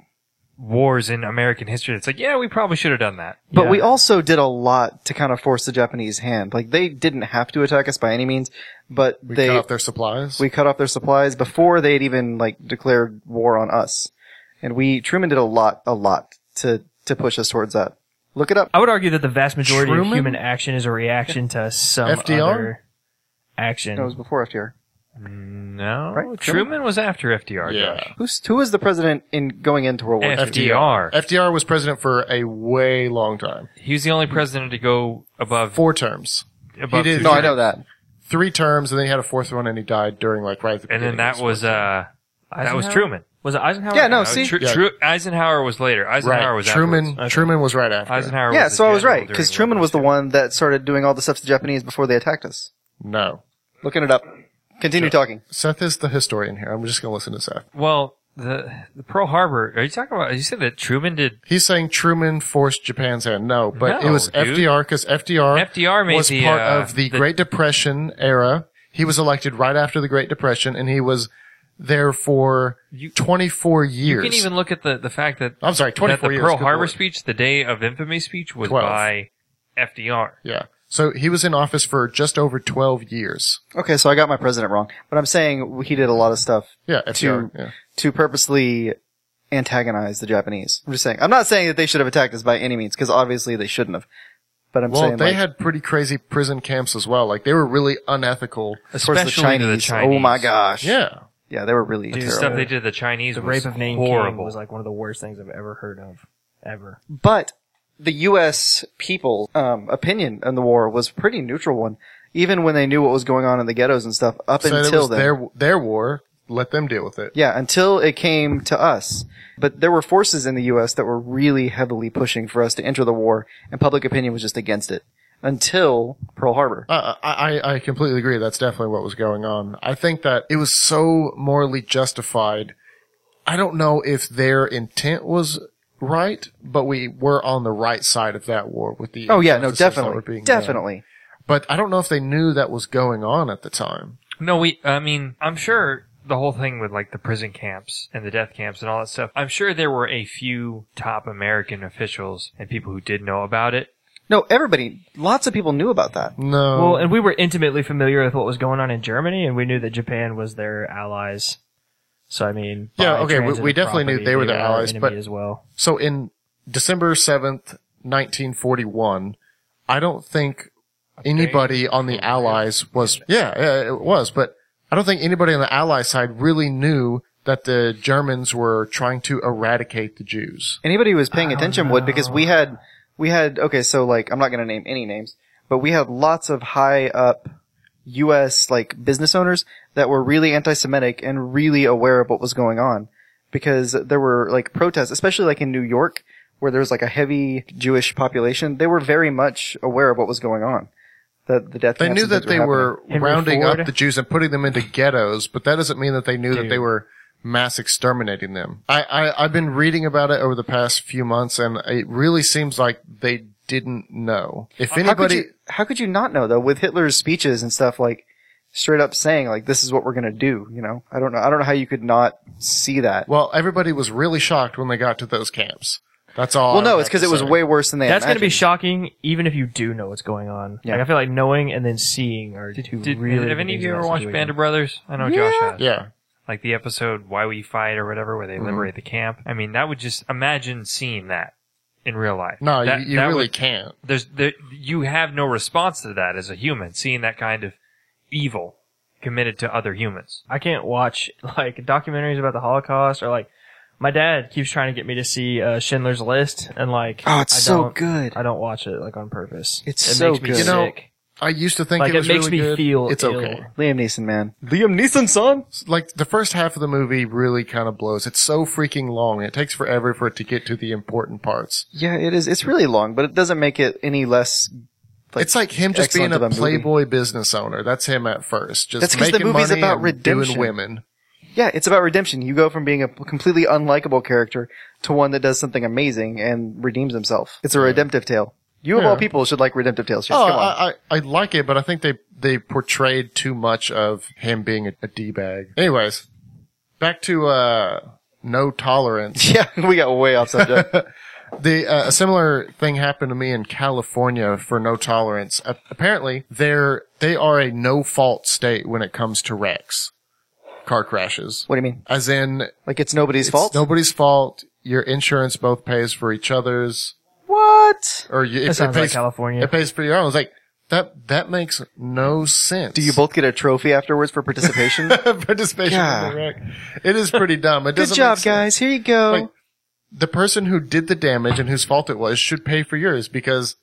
[SPEAKER 5] wars in American history. It's like, yeah, we probably should have done that.
[SPEAKER 4] But
[SPEAKER 2] Yeah.
[SPEAKER 4] we also did a lot to kind of force the Japanese hand. Like they didn't have to attack us by any means, but
[SPEAKER 1] We
[SPEAKER 4] they
[SPEAKER 1] cut off their supplies.
[SPEAKER 4] we cut off their supplies before they'd even like declared war on us. And we Truman did a lot, a lot to to push us towards that. Look it up.
[SPEAKER 2] I would argue that the vast majority of
[SPEAKER 1] Truman?
[SPEAKER 2] human action is a reaction to some
[SPEAKER 1] FDR?
[SPEAKER 2] other action.
[SPEAKER 4] No, it was before FDR.
[SPEAKER 5] No,
[SPEAKER 4] Right,
[SPEAKER 5] Truman was after FDR.
[SPEAKER 1] Yeah.
[SPEAKER 5] Josh.
[SPEAKER 4] Who's who was the president in going into World
[SPEAKER 5] Eh,
[SPEAKER 4] War II?
[SPEAKER 5] FDR.
[SPEAKER 1] FDR was president for a way long time,
[SPEAKER 5] He was the only president to go above
[SPEAKER 1] four terms,
[SPEAKER 5] above
[SPEAKER 1] did-
[SPEAKER 5] two
[SPEAKER 4] No, I
[SPEAKER 5] years.
[SPEAKER 4] know that.
[SPEAKER 1] three terms, and then he had a fourth one, and he died during like right. At the
[SPEAKER 5] And then
[SPEAKER 1] beginning of
[SPEAKER 5] that
[SPEAKER 1] this
[SPEAKER 5] was uh, that was
[SPEAKER 2] Eisenhower?
[SPEAKER 5] Truman.
[SPEAKER 2] Was it Eisenhower?
[SPEAKER 4] Yeah, no,
[SPEAKER 5] Uh,
[SPEAKER 4] Oh, see,
[SPEAKER 5] Tru-
[SPEAKER 1] Yeah.
[SPEAKER 5] Tru- Eisenhower was later.
[SPEAKER 1] right.
[SPEAKER 5] Eisenhower was
[SPEAKER 1] Truman.
[SPEAKER 5] afterwards.
[SPEAKER 1] Truman was right after.
[SPEAKER 5] Eisenhower.
[SPEAKER 4] yeah,
[SPEAKER 5] was the
[SPEAKER 4] so I was
[SPEAKER 5] general
[SPEAKER 4] right
[SPEAKER 5] during
[SPEAKER 4] because
[SPEAKER 5] World
[SPEAKER 4] Truman
[SPEAKER 5] War
[SPEAKER 4] was the
[SPEAKER 5] II.
[SPEAKER 4] one that started doing all the stuff to the Japanese before they attacked us.
[SPEAKER 1] No,
[SPEAKER 4] Looking it up. Continue talking.
[SPEAKER 1] Seth is the historian here. I'm just gonna listen to Seth.
[SPEAKER 5] Well, the the Pearl Harbor. Are you talking about? You said that Truman did.
[SPEAKER 1] He's saying Truman forced Japan's hand. No, but
[SPEAKER 5] No,
[SPEAKER 1] it was
[SPEAKER 5] dude.
[SPEAKER 1] FDR because FDR,
[SPEAKER 5] FDR made
[SPEAKER 1] was
[SPEAKER 5] the,
[SPEAKER 1] part
[SPEAKER 5] uh,
[SPEAKER 1] of the,
[SPEAKER 5] the-
[SPEAKER 1] Great Depression era. He was elected right after the Great Depression, and he was there for 24 years.
[SPEAKER 5] You can even look at the the fact that
[SPEAKER 1] I'm sorry, 24
[SPEAKER 5] that the
[SPEAKER 1] years,
[SPEAKER 5] Pearl
[SPEAKER 1] good
[SPEAKER 5] Harbor
[SPEAKER 1] lord.
[SPEAKER 5] speech, the Day of Infamy speech, was
[SPEAKER 1] Twelve.
[SPEAKER 5] by FDR.
[SPEAKER 1] yeah. So he was in office for just over 12 years.
[SPEAKER 4] Okay, so I got my president wrong, but I'm saying he did a lot of stuff
[SPEAKER 1] Yeah,
[SPEAKER 4] to
[SPEAKER 1] FDR. yeah.
[SPEAKER 4] to purposely antagonize the Japanese. I'm just saying. I'm not saying that they should have attacked us by any means because obviously they shouldn't have. But I'm
[SPEAKER 1] Well,
[SPEAKER 4] saying
[SPEAKER 1] they
[SPEAKER 4] like,
[SPEAKER 1] had pretty crazy prison camps as well. Like they were really unethical.
[SPEAKER 4] towards the
[SPEAKER 5] Especially to
[SPEAKER 4] Chinese.
[SPEAKER 5] the Chinese.
[SPEAKER 4] Oh my gosh.
[SPEAKER 1] Yeah.
[SPEAKER 4] Yeah, they were really
[SPEAKER 5] The
[SPEAKER 4] terrible.
[SPEAKER 5] stuff they did to the Chinese
[SPEAKER 2] The
[SPEAKER 5] was
[SPEAKER 2] rape of Name
[SPEAKER 5] horrible.
[SPEAKER 2] King was like one of the worst things I've ever heard of, ever.
[SPEAKER 4] but the U.S. people um, opinion on the war was a pretty neutral one, even when they knew what was going on in the ghettos and stuff. Up
[SPEAKER 1] Said it
[SPEAKER 4] until
[SPEAKER 1] was
[SPEAKER 4] then,
[SPEAKER 1] their their war. Let them deal with it.
[SPEAKER 4] Yeah, until it came to us. But there were forces in the U.S. that were really heavily pushing for us to enter the war, and public opinion was just against it until Pearl Harbor.
[SPEAKER 1] Uh, I, I I completely agree. That's definitely what was going on. I think that it was so morally justified. I don't know if their intent was right, but we were on the right side of that war with the.
[SPEAKER 4] Oh yeah, no,
[SPEAKER 1] injustices that
[SPEAKER 4] definitely,
[SPEAKER 1] were being done.
[SPEAKER 4] definitely.
[SPEAKER 1] But I don't know if they knew that was going on at the time.
[SPEAKER 5] No, we. I mean, I'm sure the whole thing with like the prison camps and the death camps and all that stuff. I'm sure there were a few top American officials and people who did know about it.
[SPEAKER 4] No, everybody, lots of people knew about that.
[SPEAKER 1] No.
[SPEAKER 2] Well, and we were intimately familiar with what was going on in Germany, and we knew that Japan was their allies. So I mean,
[SPEAKER 1] Yeah,
[SPEAKER 2] by
[SPEAKER 1] okay, we- we
[SPEAKER 2] transitive
[SPEAKER 1] definitely knew
[SPEAKER 2] property,
[SPEAKER 1] they were their
[SPEAKER 2] our
[SPEAKER 1] allies,
[SPEAKER 2] enemy
[SPEAKER 1] but-
[SPEAKER 2] as well.
[SPEAKER 1] So in December 7th, 1941, I don't think anybody on the Allies was, yeah, yeah, it was, but I don't think anybody on the Ally side really knew that the Germans were trying to eradicate the Jews.
[SPEAKER 4] Anybody who was paying attention would because we had, we had. Okay, so like, I'm not going to name any names, but we had lots of high up U.S. like business owners that were really anti-Semitic and really aware of what was going on because there were like protests, especially like in New York where there was like a heavy Jewish population. They were very much aware of what was going on. The, the death.
[SPEAKER 1] They
[SPEAKER 4] camps
[SPEAKER 1] knew
[SPEAKER 4] and
[SPEAKER 1] that
[SPEAKER 4] things
[SPEAKER 1] they were
[SPEAKER 2] Henry
[SPEAKER 1] rounding
[SPEAKER 2] Ford.
[SPEAKER 1] up the Jews and putting them into ghettos, but that doesn't mean that they knew that they were mass exterminating them. I, I, I've been reading about it over the past few months and it really seems like they didn't know. If
[SPEAKER 4] How could,
[SPEAKER 1] anybody,
[SPEAKER 4] you, how could you not know though? With Hitler's speeches and stuff, like straight up saying like this is what we're gonna do. You know, I don't know. I don't know how you could not see that.
[SPEAKER 1] Well, everybody was really shocked when they got to those camps. That's all.
[SPEAKER 4] Well,
[SPEAKER 1] I
[SPEAKER 4] no,
[SPEAKER 1] would
[SPEAKER 4] it's
[SPEAKER 1] have
[SPEAKER 4] because
[SPEAKER 1] to
[SPEAKER 4] it was
[SPEAKER 1] say.
[SPEAKER 4] way worse than they.
[SPEAKER 2] That's going to
[SPEAKER 4] imagined.
[SPEAKER 2] be shocking, even if you do know what's going on.
[SPEAKER 4] Yeah.
[SPEAKER 2] Like I feel like knowing and then seeing are two
[SPEAKER 5] Did,
[SPEAKER 2] really.
[SPEAKER 5] have any of you
[SPEAKER 2] different things
[SPEAKER 5] ever
[SPEAKER 2] in that
[SPEAKER 5] watched
[SPEAKER 2] situation.
[SPEAKER 5] Band of Brothers? I know Josh has.
[SPEAKER 1] Yeah,
[SPEAKER 5] Like the episode "Why We Fight" or whatever,
[SPEAKER 1] Mm-hmm.
[SPEAKER 5] where they liberate the camp. I mean, that would just imagine seeing that in real life.
[SPEAKER 1] no,
[SPEAKER 5] that,
[SPEAKER 1] you, you
[SPEAKER 5] that
[SPEAKER 1] really
[SPEAKER 5] would-
[SPEAKER 1] can't.
[SPEAKER 5] there's there, you have no response to that as a human seeing that kind of evil committed to other humans.
[SPEAKER 2] I can't watch like documentaries about the Holocaust or like my dad keeps trying to get me to see uh, Schindler's List and like
[SPEAKER 4] Oh, it's
[SPEAKER 2] I
[SPEAKER 4] so
[SPEAKER 2] don't-
[SPEAKER 4] good.
[SPEAKER 2] I don't watch it like on purpose.
[SPEAKER 4] It's
[SPEAKER 2] it
[SPEAKER 4] so
[SPEAKER 2] makes me
[SPEAKER 4] good.
[SPEAKER 1] You know,
[SPEAKER 2] sick.
[SPEAKER 1] I used to think
[SPEAKER 2] Like,
[SPEAKER 1] it
[SPEAKER 2] it
[SPEAKER 1] was
[SPEAKER 2] makes
[SPEAKER 1] really
[SPEAKER 2] me
[SPEAKER 1] good.
[SPEAKER 2] feel
[SPEAKER 1] it's
[SPEAKER 2] ill.
[SPEAKER 1] okay.
[SPEAKER 4] Liam Neeson, man. Liam Neeson, son.
[SPEAKER 1] Like the first half of the movie really kind of blows. It's so freaking long. It takes forever for it to get to the important parts.
[SPEAKER 4] Yeah, it is. It's really long, but it doesn't make it any less.
[SPEAKER 1] it's like him just
[SPEAKER 4] excellent
[SPEAKER 1] being a
[SPEAKER 4] of a movie.
[SPEAKER 1] playboy business owner. That's him at first. Just
[SPEAKER 4] That's 'cause the
[SPEAKER 1] making
[SPEAKER 4] movie's
[SPEAKER 1] money
[SPEAKER 4] about
[SPEAKER 1] and
[SPEAKER 4] redemption.
[SPEAKER 1] doing women.
[SPEAKER 4] Yeah, it's about redemption. You go from being a completely unlikable character to one that does something amazing and redeems himself. It's a redemptive tale. You of
[SPEAKER 1] Yeah.
[SPEAKER 4] all people should like redemptive tales. Chase.
[SPEAKER 1] Oh,
[SPEAKER 4] Come on.
[SPEAKER 1] I, I, I like it, but I think they they portrayed too much of him being a, a d bag. Anyways, back to uh, no tolerance.
[SPEAKER 4] Yeah, we got way off subject.
[SPEAKER 1] The uh, a similar thing happened to me in California for no tolerance. A- apparently, they're they are a no fault state when it comes to wrecks, car crashes.
[SPEAKER 4] what do you mean?
[SPEAKER 1] As in,
[SPEAKER 4] Like it's nobody's
[SPEAKER 1] it's
[SPEAKER 4] fault?
[SPEAKER 1] nobody's fault. Your insurance both pays for each other's,
[SPEAKER 4] what?
[SPEAKER 1] or you, it,
[SPEAKER 2] sounds
[SPEAKER 1] it
[SPEAKER 2] like
[SPEAKER 1] pays,
[SPEAKER 2] California.
[SPEAKER 1] It pays for your own. It's like that. That makes no sense.
[SPEAKER 4] Do you both get a trophy afterwards for participation? Good
[SPEAKER 1] participation in
[SPEAKER 4] God.
[SPEAKER 1] the wreck? It is pretty dumb. It doesn't
[SPEAKER 4] job,
[SPEAKER 1] make sense.
[SPEAKER 4] guys. Here you go.
[SPEAKER 1] Like, the person who did the damage and whose fault it was should pay for yours because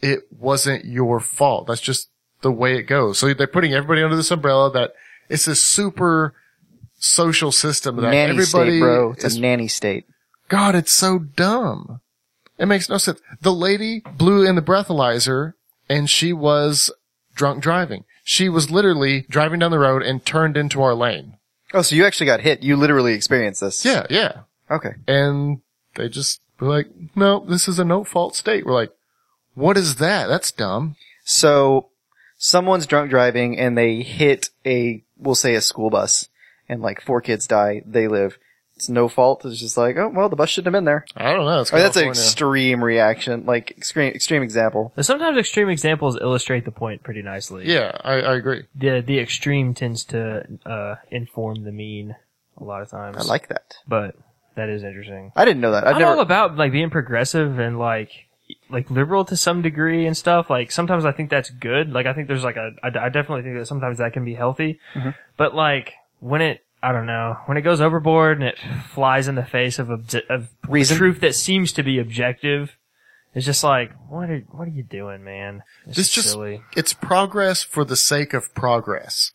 [SPEAKER 1] it wasn't your fault. That's just the way it goes. So they're putting everybody under this umbrella that it's a super social system that
[SPEAKER 4] nanny
[SPEAKER 1] everybody
[SPEAKER 4] state, bro. It's
[SPEAKER 1] is-
[SPEAKER 4] a nanny state.
[SPEAKER 1] God, it's so dumb. It makes no sense. The lady blew in the breathalyzer and she was drunk driving. She was literally driving down the road and turned into our lane.
[SPEAKER 4] Oh, so you actually got hit. You literally experienced this.
[SPEAKER 1] Yeah, yeah.
[SPEAKER 4] Okay.
[SPEAKER 1] And they just were like, no, this is a no fault state. We're like, what is that? That's dumb.
[SPEAKER 4] So someone's drunk driving and they hit a, we'll say a school bus and like four kids die. They live. It's no fault. It's just like, oh, well, the bus shouldn't have been there.
[SPEAKER 1] I don't know. It's
[SPEAKER 4] I mean, Oh, that's an
[SPEAKER 1] California.
[SPEAKER 4] extreme reaction, like extreme, extreme example.
[SPEAKER 2] But Sometimes extreme examples illustrate the point pretty nicely.
[SPEAKER 1] yeah, I, I agree.
[SPEAKER 2] The the extreme tends to uh, inform the mean a lot of times.
[SPEAKER 4] I like that.
[SPEAKER 2] but that is interesting.
[SPEAKER 4] I didn't know that.
[SPEAKER 2] i
[SPEAKER 4] I've
[SPEAKER 2] am
[SPEAKER 4] never,
[SPEAKER 2] all about like being progressive and like like liberal to some degree and stuff. Like sometimes I think that's good. Like I think there's like a I, I definitely think that sometimes that can be healthy.
[SPEAKER 1] Mm-hmm.
[SPEAKER 2] But like when it I don't know when it goes overboard and it flies in the face of obje- of
[SPEAKER 4] Reason?
[SPEAKER 2] truth that seems to be objective. It's just like what are what are you doing, man? This
[SPEAKER 1] It's
[SPEAKER 2] is
[SPEAKER 1] just,
[SPEAKER 2] silly.
[SPEAKER 1] it's progress for the sake of progress.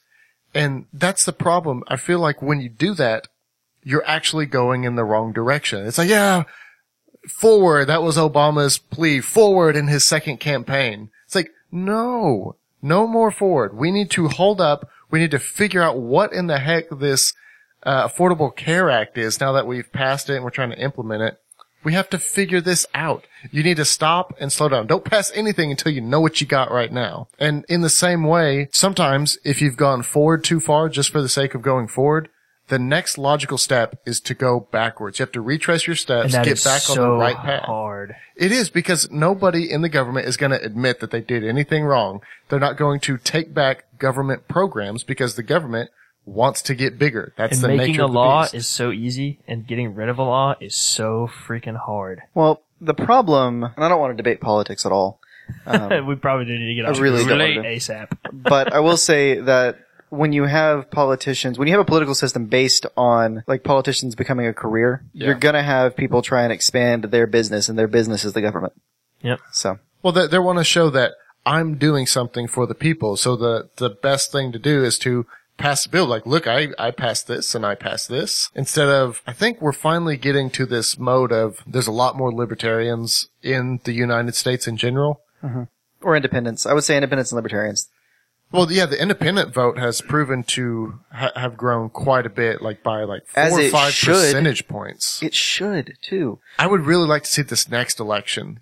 [SPEAKER 1] And that's the problem. I feel like when you do that, you're actually going in the wrong direction. It's like, yeah, forward. That was Obama's plea forward in his second campaign. It's like, no, no more forward. We need to hold up. We need to figure out what in the heck this uh, Affordable Care Act is now that we've passed it and we're trying to implement it. We have to figure this out. You need to stop and slow down. Don't pass anything until you know what you got right now. And in the same way, sometimes if you've gone forward too far just for the sake of going forward, the next logical step is to go backwards. You have to retrace your
[SPEAKER 2] And
[SPEAKER 1] steps,
[SPEAKER 2] that
[SPEAKER 1] get
[SPEAKER 2] is
[SPEAKER 1] back on
[SPEAKER 2] so
[SPEAKER 1] the right path.
[SPEAKER 2] hard.
[SPEAKER 1] It is because nobody in the government is going to admit that they did anything wrong. They're not going to take back government programs because the government wants to get bigger. That's
[SPEAKER 2] And
[SPEAKER 1] the
[SPEAKER 2] making
[SPEAKER 1] nature
[SPEAKER 2] a
[SPEAKER 1] of the
[SPEAKER 2] law
[SPEAKER 1] beast.
[SPEAKER 2] is so easy, and getting rid of a law is so freaking hard.
[SPEAKER 4] well, the problem, and I don't want to debate politics at all,
[SPEAKER 2] we probably do need to get
[SPEAKER 4] I
[SPEAKER 2] off
[SPEAKER 4] really
[SPEAKER 2] this
[SPEAKER 4] don't
[SPEAKER 2] late
[SPEAKER 4] wanna-
[SPEAKER 2] ASAP.
[SPEAKER 4] but I will say that when you have politicians, when you have a political system based on like politicians becoming a career, you're going to have people try and expand their business and their business is the government.
[SPEAKER 2] Yep.
[SPEAKER 4] So
[SPEAKER 1] Well, they, they want to show that I'm doing something for the people. So the, the best thing to do is to pass a bill. Like, look, I, I passed this and I passed this instead of, I think we're finally getting to this mode of there's a lot more libertarians in the United States in general.
[SPEAKER 4] or independence. I would say independence and libertarians.
[SPEAKER 1] Well, yeah, the independent vote has proven to ha- have grown quite a bit, like by like four
[SPEAKER 4] As
[SPEAKER 1] or
[SPEAKER 4] it
[SPEAKER 1] five
[SPEAKER 4] should.
[SPEAKER 1] percentage points.
[SPEAKER 4] It should too.
[SPEAKER 1] I would really like to see this next election,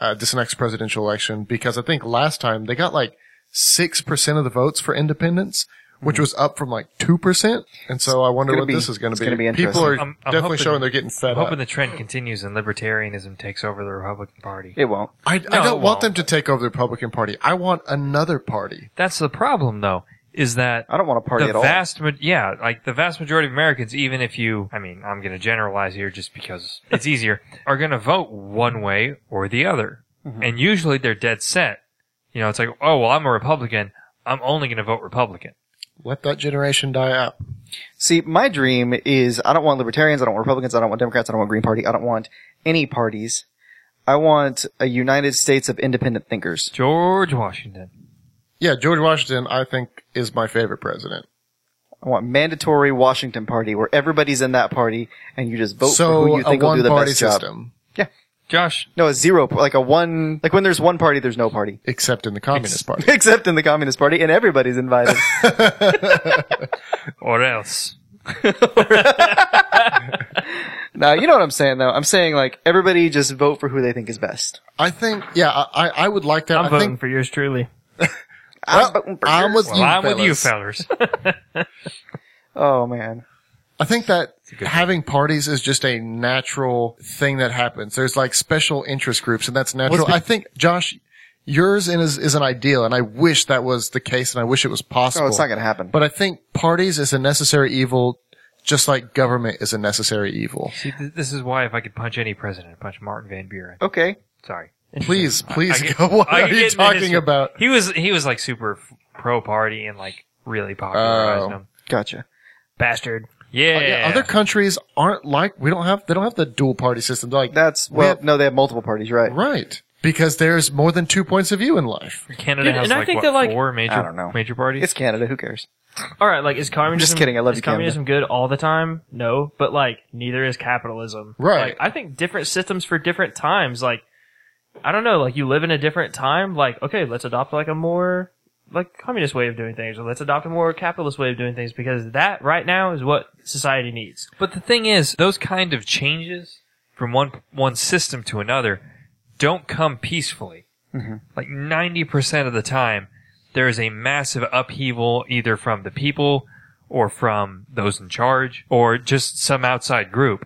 [SPEAKER 1] uh, this next presidential election, because I think last time they got like six percent of the votes for independents, which was up from like two percent. And so I wonder
[SPEAKER 4] gonna
[SPEAKER 1] what
[SPEAKER 4] be-
[SPEAKER 1] this is going
[SPEAKER 4] it's
[SPEAKER 1] to be.
[SPEAKER 4] gonna be
[SPEAKER 1] People are
[SPEAKER 5] I'm- I'm
[SPEAKER 1] definitely
[SPEAKER 5] hoping-
[SPEAKER 1] showing they're getting fed
[SPEAKER 5] I'm hoping
[SPEAKER 1] up.
[SPEAKER 5] the trend continues and libertarianism takes over the Republican Party.
[SPEAKER 4] It won't.
[SPEAKER 1] I, I
[SPEAKER 5] No, it
[SPEAKER 1] don't want
[SPEAKER 5] won't.
[SPEAKER 1] them to take over the Republican Party. I want another party.
[SPEAKER 5] That's the problem, though, is that
[SPEAKER 4] I don't want a party
[SPEAKER 5] the
[SPEAKER 4] at all.
[SPEAKER 5] vast, ma- yeah, like the vast majority of Americans, even if you, I mean, I'm going to generalize here just because it's easier, are going to vote one way or the other,
[SPEAKER 1] Mm-hmm.
[SPEAKER 5] and usually they're dead set. You know, it's like, oh well, I'm a Republican. I'm only going to vote Republican.
[SPEAKER 1] Let that generation die out.
[SPEAKER 4] See, my dream is I don't want libertarians, I don't want Republicans, I don't want Democrats, I don't want Green Party, I don't want any parties. I want a United States of independent thinkers.
[SPEAKER 5] George Washington.
[SPEAKER 1] Yeah, George Washington, I think, is my favorite president.
[SPEAKER 4] I want mandatory Washington Party where everybody's in that party and you just vote for who you think will do the best job.
[SPEAKER 5] Josh,
[SPEAKER 4] No, a zero, like a one, like when there's one party, there's no party.
[SPEAKER 1] except in the Communist Party.
[SPEAKER 4] Except in the Communist Party and everybody's invited.
[SPEAKER 5] or else.
[SPEAKER 4] now, you know what I'm saying though? I'm saying like everybody just vote for who they think is best.
[SPEAKER 1] I think, yeah, I, I- I would like that.
[SPEAKER 2] I'm
[SPEAKER 1] I
[SPEAKER 2] voting
[SPEAKER 1] think
[SPEAKER 2] for yours truly.
[SPEAKER 1] Well,
[SPEAKER 4] voting for
[SPEAKER 1] I'm
[SPEAKER 4] yours.
[SPEAKER 1] with
[SPEAKER 5] Well,
[SPEAKER 1] you.
[SPEAKER 5] I'm with you,
[SPEAKER 1] fellas.
[SPEAKER 5] fellas.
[SPEAKER 4] Oh man.
[SPEAKER 1] I think that
[SPEAKER 5] good
[SPEAKER 1] having parties is just a natural thing that happens. There's like special interest groups, and that's natural. I think Josh, yours in is, is an ideal, and I wish that was the case, and I wish it was possible.
[SPEAKER 4] Oh, it's not going to happen.
[SPEAKER 1] But I think parties is a necessary evil, just like government is a necessary evil.
[SPEAKER 5] See, th- this is why if I could punch any president, I'd punch Martin Van Buren.
[SPEAKER 4] okay.
[SPEAKER 5] Sorry.
[SPEAKER 1] Please, please
[SPEAKER 5] I get-
[SPEAKER 1] go. What
[SPEAKER 5] I
[SPEAKER 1] are
[SPEAKER 5] get
[SPEAKER 1] you
[SPEAKER 5] into his-
[SPEAKER 1] talking about?
[SPEAKER 5] He was he was like super pro party and like really popularized
[SPEAKER 1] Oh.
[SPEAKER 5] him.
[SPEAKER 4] Gotcha.
[SPEAKER 2] Bastard.
[SPEAKER 5] Yeah.
[SPEAKER 1] Yeah, other countries aren't like we don't have they don't have the dual party system. They're like
[SPEAKER 4] That's
[SPEAKER 1] we
[SPEAKER 4] well.
[SPEAKER 1] have-
[SPEAKER 4] No, they have multiple parties, right?
[SPEAKER 1] right because there's more than two points of view in life.
[SPEAKER 5] Canada
[SPEAKER 2] Dude,
[SPEAKER 5] has
[SPEAKER 2] and I
[SPEAKER 5] like,
[SPEAKER 2] think
[SPEAKER 5] what,
[SPEAKER 2] that, like-
[SPEAKER 5] four major
[SPEAKER 4] I don't know.
[SPEAKER 5] major parties.
[SPEAKER 4] It's Canada. Who cares?
[SPEAKER 2] All right, like is communism?
[SPEAKER 4] Just kidding, I love
[SPEAKER 2] is
[SPEAKER 4] you, Canada.
[SPEAKER 2] communism good all the time? No, but like neither is capitalism.
[SPEAKER 1] Right.
[SPEAKER 2] Like, I think different systems for different times. Like I don't know, like you live in a different time. Like okay, let's adopt like a more like communist way of doing things, or let's adopt a more capitalist way of doing things because that right now is what society needs.
[SPEAKER 5] But the thing is, those kind of changes from one one system to another don't come peacefully.
[SPEAKER 4] Mm-hmm.
[SPEAKER 5] Like ninety percent of the time, there is a massive upheaval either from the people or from those in charge or just some outside group,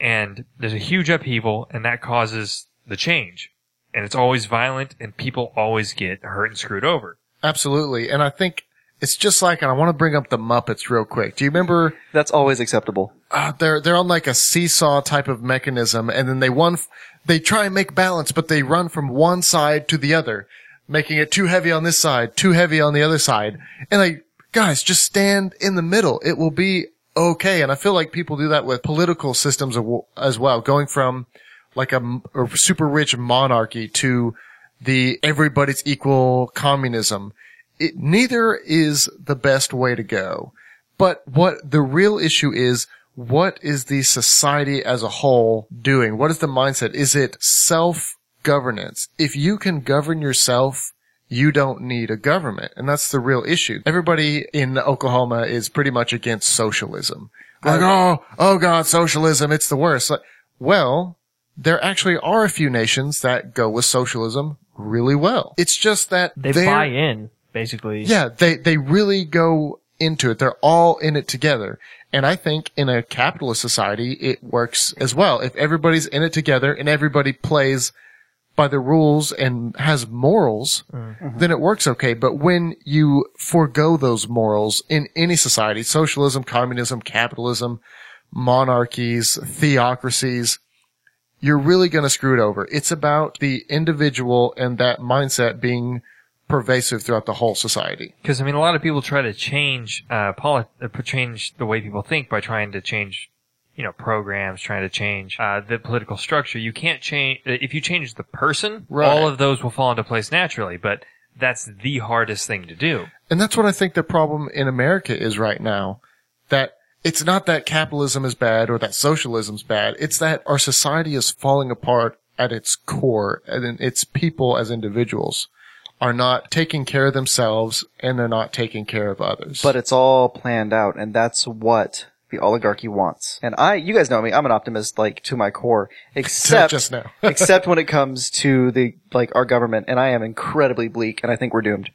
[SPEAKER 5] and there's a huge upheaval, and that causes the change. And it's always violent, and people always get hurt and screwed over.
[SPEAKER 1] Absolutely, and I think it's just like and I want to bring up the Muppets real quick. Do you remember?
[SPEAKER 4] That's always acceptable.
[SPEAKER 1] uh, they're they're on like a seesaw type of mechanism, and then they one f- they try and make balance, but they run from one side to the other, making it too heavy on this side, too heavy on the other side, and like guys, just stand in the middle. It will be okay. And I feel like people do that with political systems aw- as well, going from like a, m- a super rich monarchy to the everybody's equal communism. It, neither is the best way to go. But what the real issue is, what is the society as a whole doing? What is the mindset? Is it self governance? If you can govern yourself, you don't need a government. And that's the real issue. Everybody in Oklahoma is pretty much against socialism. Like, oh, oh God, socialism, it's the worst. Like, well, there actually are a few nations that go with socialism really well. It's just that
[SPEAKER 2] They
[SPEAKER 1] they're-
[SPEAKER 2] buy in basically.
[SPEAKER 1] yeah, they they really go into it. They're all in it together. And I think in a capitalist society, it works as well. If everybody's in it together and everybody plays by the rules and has morals, then it works okay. But when you forego those morals in any society, socialism, communism, capitalism, monarchies, theocracies, you're really going to screw it over. It's about the individual and that mindset being pervasive throughout the whole society.
[SPEAKER 5] Because I mean, a lot of people try to change uh, poli- uh, p- change the way people think by trying to change, you know, programs, trying to change uh, the political structure. You can't change uh, if you change the person.
[SPEAKER 1] Right.
[SPEAKER 5] All of those will fall into place naturally, but that's the hardest thing to do.
[SPEAKER 1] And that's what I think the problem in America is right now. That it's not that capitalism is bad or that socialism's bad. It's that our society is falling apart at its core and then its people as individuals are not taking care of themselves and they're not taking care of others.
[SPEAKER 4] But it's all planned out, and that's what the oligarchy wants. And I, you guys know me, I'm an optimist, like to my core, except
[SPEAKER 1] just now.
[SPEAKER 4] except when it comes to the like our government, and I am incredibly bleak, and I think we're doomed.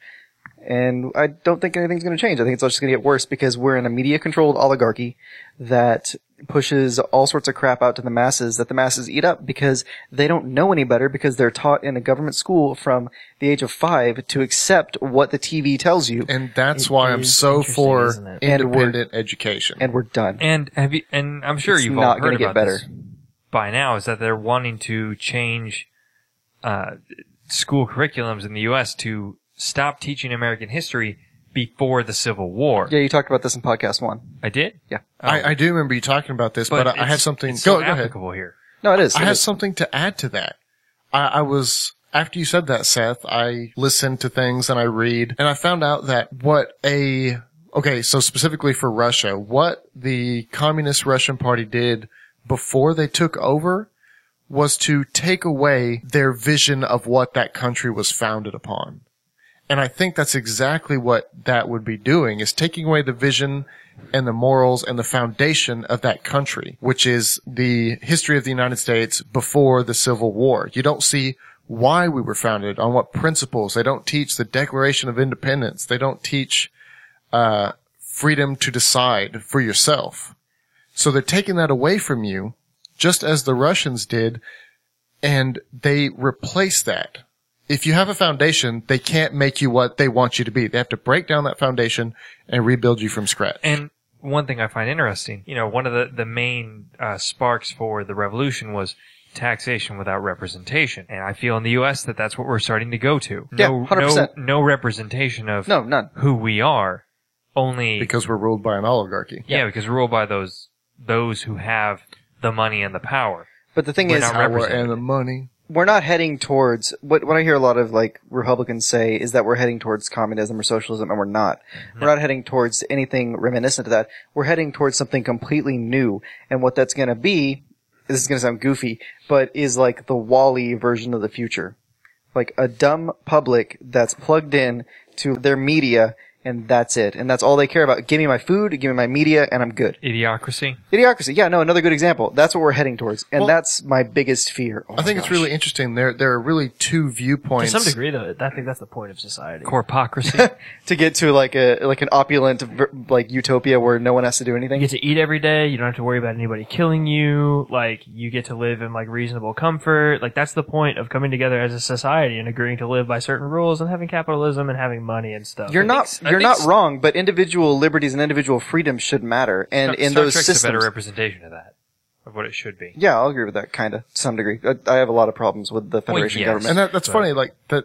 [SPEAKER 4] And I don't think anything's going to change. I think it's just going to get worse because we're in a media-controlled oligarchy that pushes all sorts of crap out to the masses that the masses eat up because they don't know any better because they're taught in a government school from the age of five to accept what the TV tells you.
[SPEAKER 1] and that's why I'm so for
[SPEAKER 2] isn't it?
[SPEAKER 4] And we're-
[SPEAKER 1] independent education.
[SPEAKER 4] and we're done.
[SPEAKER 5] And have you? And I'm sure
[SPEAKER 4] It's
[SPEAKER 5] you've all
[SPEAKER 4] not gonna
[SPEAKER 5] heard
[SPEAKER 4] get
[SPEAKER 5] about
[SPEAKER 4] better.
[SPEAKER 5] this by now. Is that they're wanting to change uh, school curriculums in the U.S. to stop teaching American history before the Civil War.
[SPEAKER 4] yeah, you talked about this in podcast one.
[SPEAKER 5] I did.
[SPEAKER 4] Yeah.
[SPEAKER 1] I, I do remember you talking about this, but, I, I
[SPEAKER 5] it's-
[SPEAKER 1] have something.
[SPEAKER 5] It's
[SPEAKER 1] go,
[SPEAKER 5] so
[SPEAKER 1] go ahead.
[SPEAKER 5] applicable here.
[SPEAKER 4] No, it is.
[SPEAKER 1] I
[SPEAKER 4] it
[SPEAKER 1] have
[SPEAKER 4] is.
[SPEAKER 1] something to add to that. I, I was after you said that, Seth. I listen to things and I read, and I found out that what a okay, so specifically for Russia, what the communist Russian Party did before they took over was to take away their vision of what that country was founded upon. And I think that's exactly what that would be doing is taking away the vision and the morals and the foundation of that country, which is the history of the United States before the Civil War. You don't see why we were founded, on what principles. They don't teach the Declaration of Independence. They don't teach uh, freedom to decide for yourself. So they're taking that away from you, just as the Russians did, and they replace that. If you have a foundation, they can't make you what they want you to be. They have to break down that foundation and rebuild you from scratch.
[SPEAKER 5] And one thing I find interesting, you know, one of the the main uh, sparks for the revolution was taxation without representation, and I feel in the U.S. that that's what we're starting to go to.
[SPEAKER 4] Yeah,
[SPEAKER 5] no,
[SPEAKER 4] 100%.
[SPEAKER 5] no, no representation of
[SPEAKER 4] No, none.
[SPEAKER 5] who we are, only
[SPEAKER 1] because we're ruled by an oligarchy.
[SPEAKER 5] yeah, because we're ruled by those those who have the money and the power.
[SPEAKER 4] But the thing
[SPEAKER 5] We're
[SPEAKER 4] is,
[SPEAKER 5] not
[SPEAKER 1] Power
[SPEAKER 5] represented.
[SPEAKER 1] and the money.
[SPEAKER 4] we're not heading towards what what I hear a lot of like Republicans say is that we're heading towards communism or socialism, and we're not. We're not heading towards anything reminiscent of that. We're heading towards something completely new, and what that's going to be. This is going to sound goofy, but is like the Wally version of the future, like a dumb public that's plugged in to their media, and that's it, and that's all they care about. Give me my food, give me my media, and I'm good.
[SPEAKER 5] Idiocracy.
[SPEAKER 4] Idiocracy, yeah, no, another good example. That's what we're heading towards, and that's my biggest fear. Oh
[SPEAKER 1] I
[SPEAKER 4] my
[SPEAKER 1] think it's
[SPEAKER 4] gosh.
[SPEAKER 1] really interesting. There, there are really two
[SPEAKER 2] To
[SPEAKER 1] viewpoints.
[SPEAKER 2] some degree, though, I think that's the point of society.
[SPEAKER 5] Corpocracy.
[SPEAKER 4] to get to like a like an opulent ver- like utopia where no one has to do
[SPEAKER 2] You
[SPEAKER 4] anything.
[SPEAKER 2] get to eat every day. You don't have to worry about anybody killing you. Like you get to live in like reasonable comfort. Like that's the point of coming together as a society and agreeing to live by certain rules and having capitalism and having money and stuff.
[SPEAKER 4] You're
[SPEAKER 5] think
[SPEAKER 4] not
[SPEAKER 5] s- I
[SPEAKER 4] you're
[SPEAKER 5] think
[SPEAKER 4] not
[SPEAKER 5] s-
[SPEAKER 4] wrong, but individual liberties and individual freedoms should matter, and in
[SPEAKER 5] Star
[SPEAKER 4] those
[SPEAKER 5] Trek's a better
[SPEAKER 4] systems.
[SPEAKER 5] representation of that, of what it should be.
[SPEAKER 4] yeah, I'll agree with that kind of to some degree. I, I have a lot of problems with the Federation
[SPEAKER 5] yes.
[SPEAKER 4] government.
[SPEAKER 1] and that, that's
[SPEAKER 5] So-
[SPEAKER 1] funny. Like that,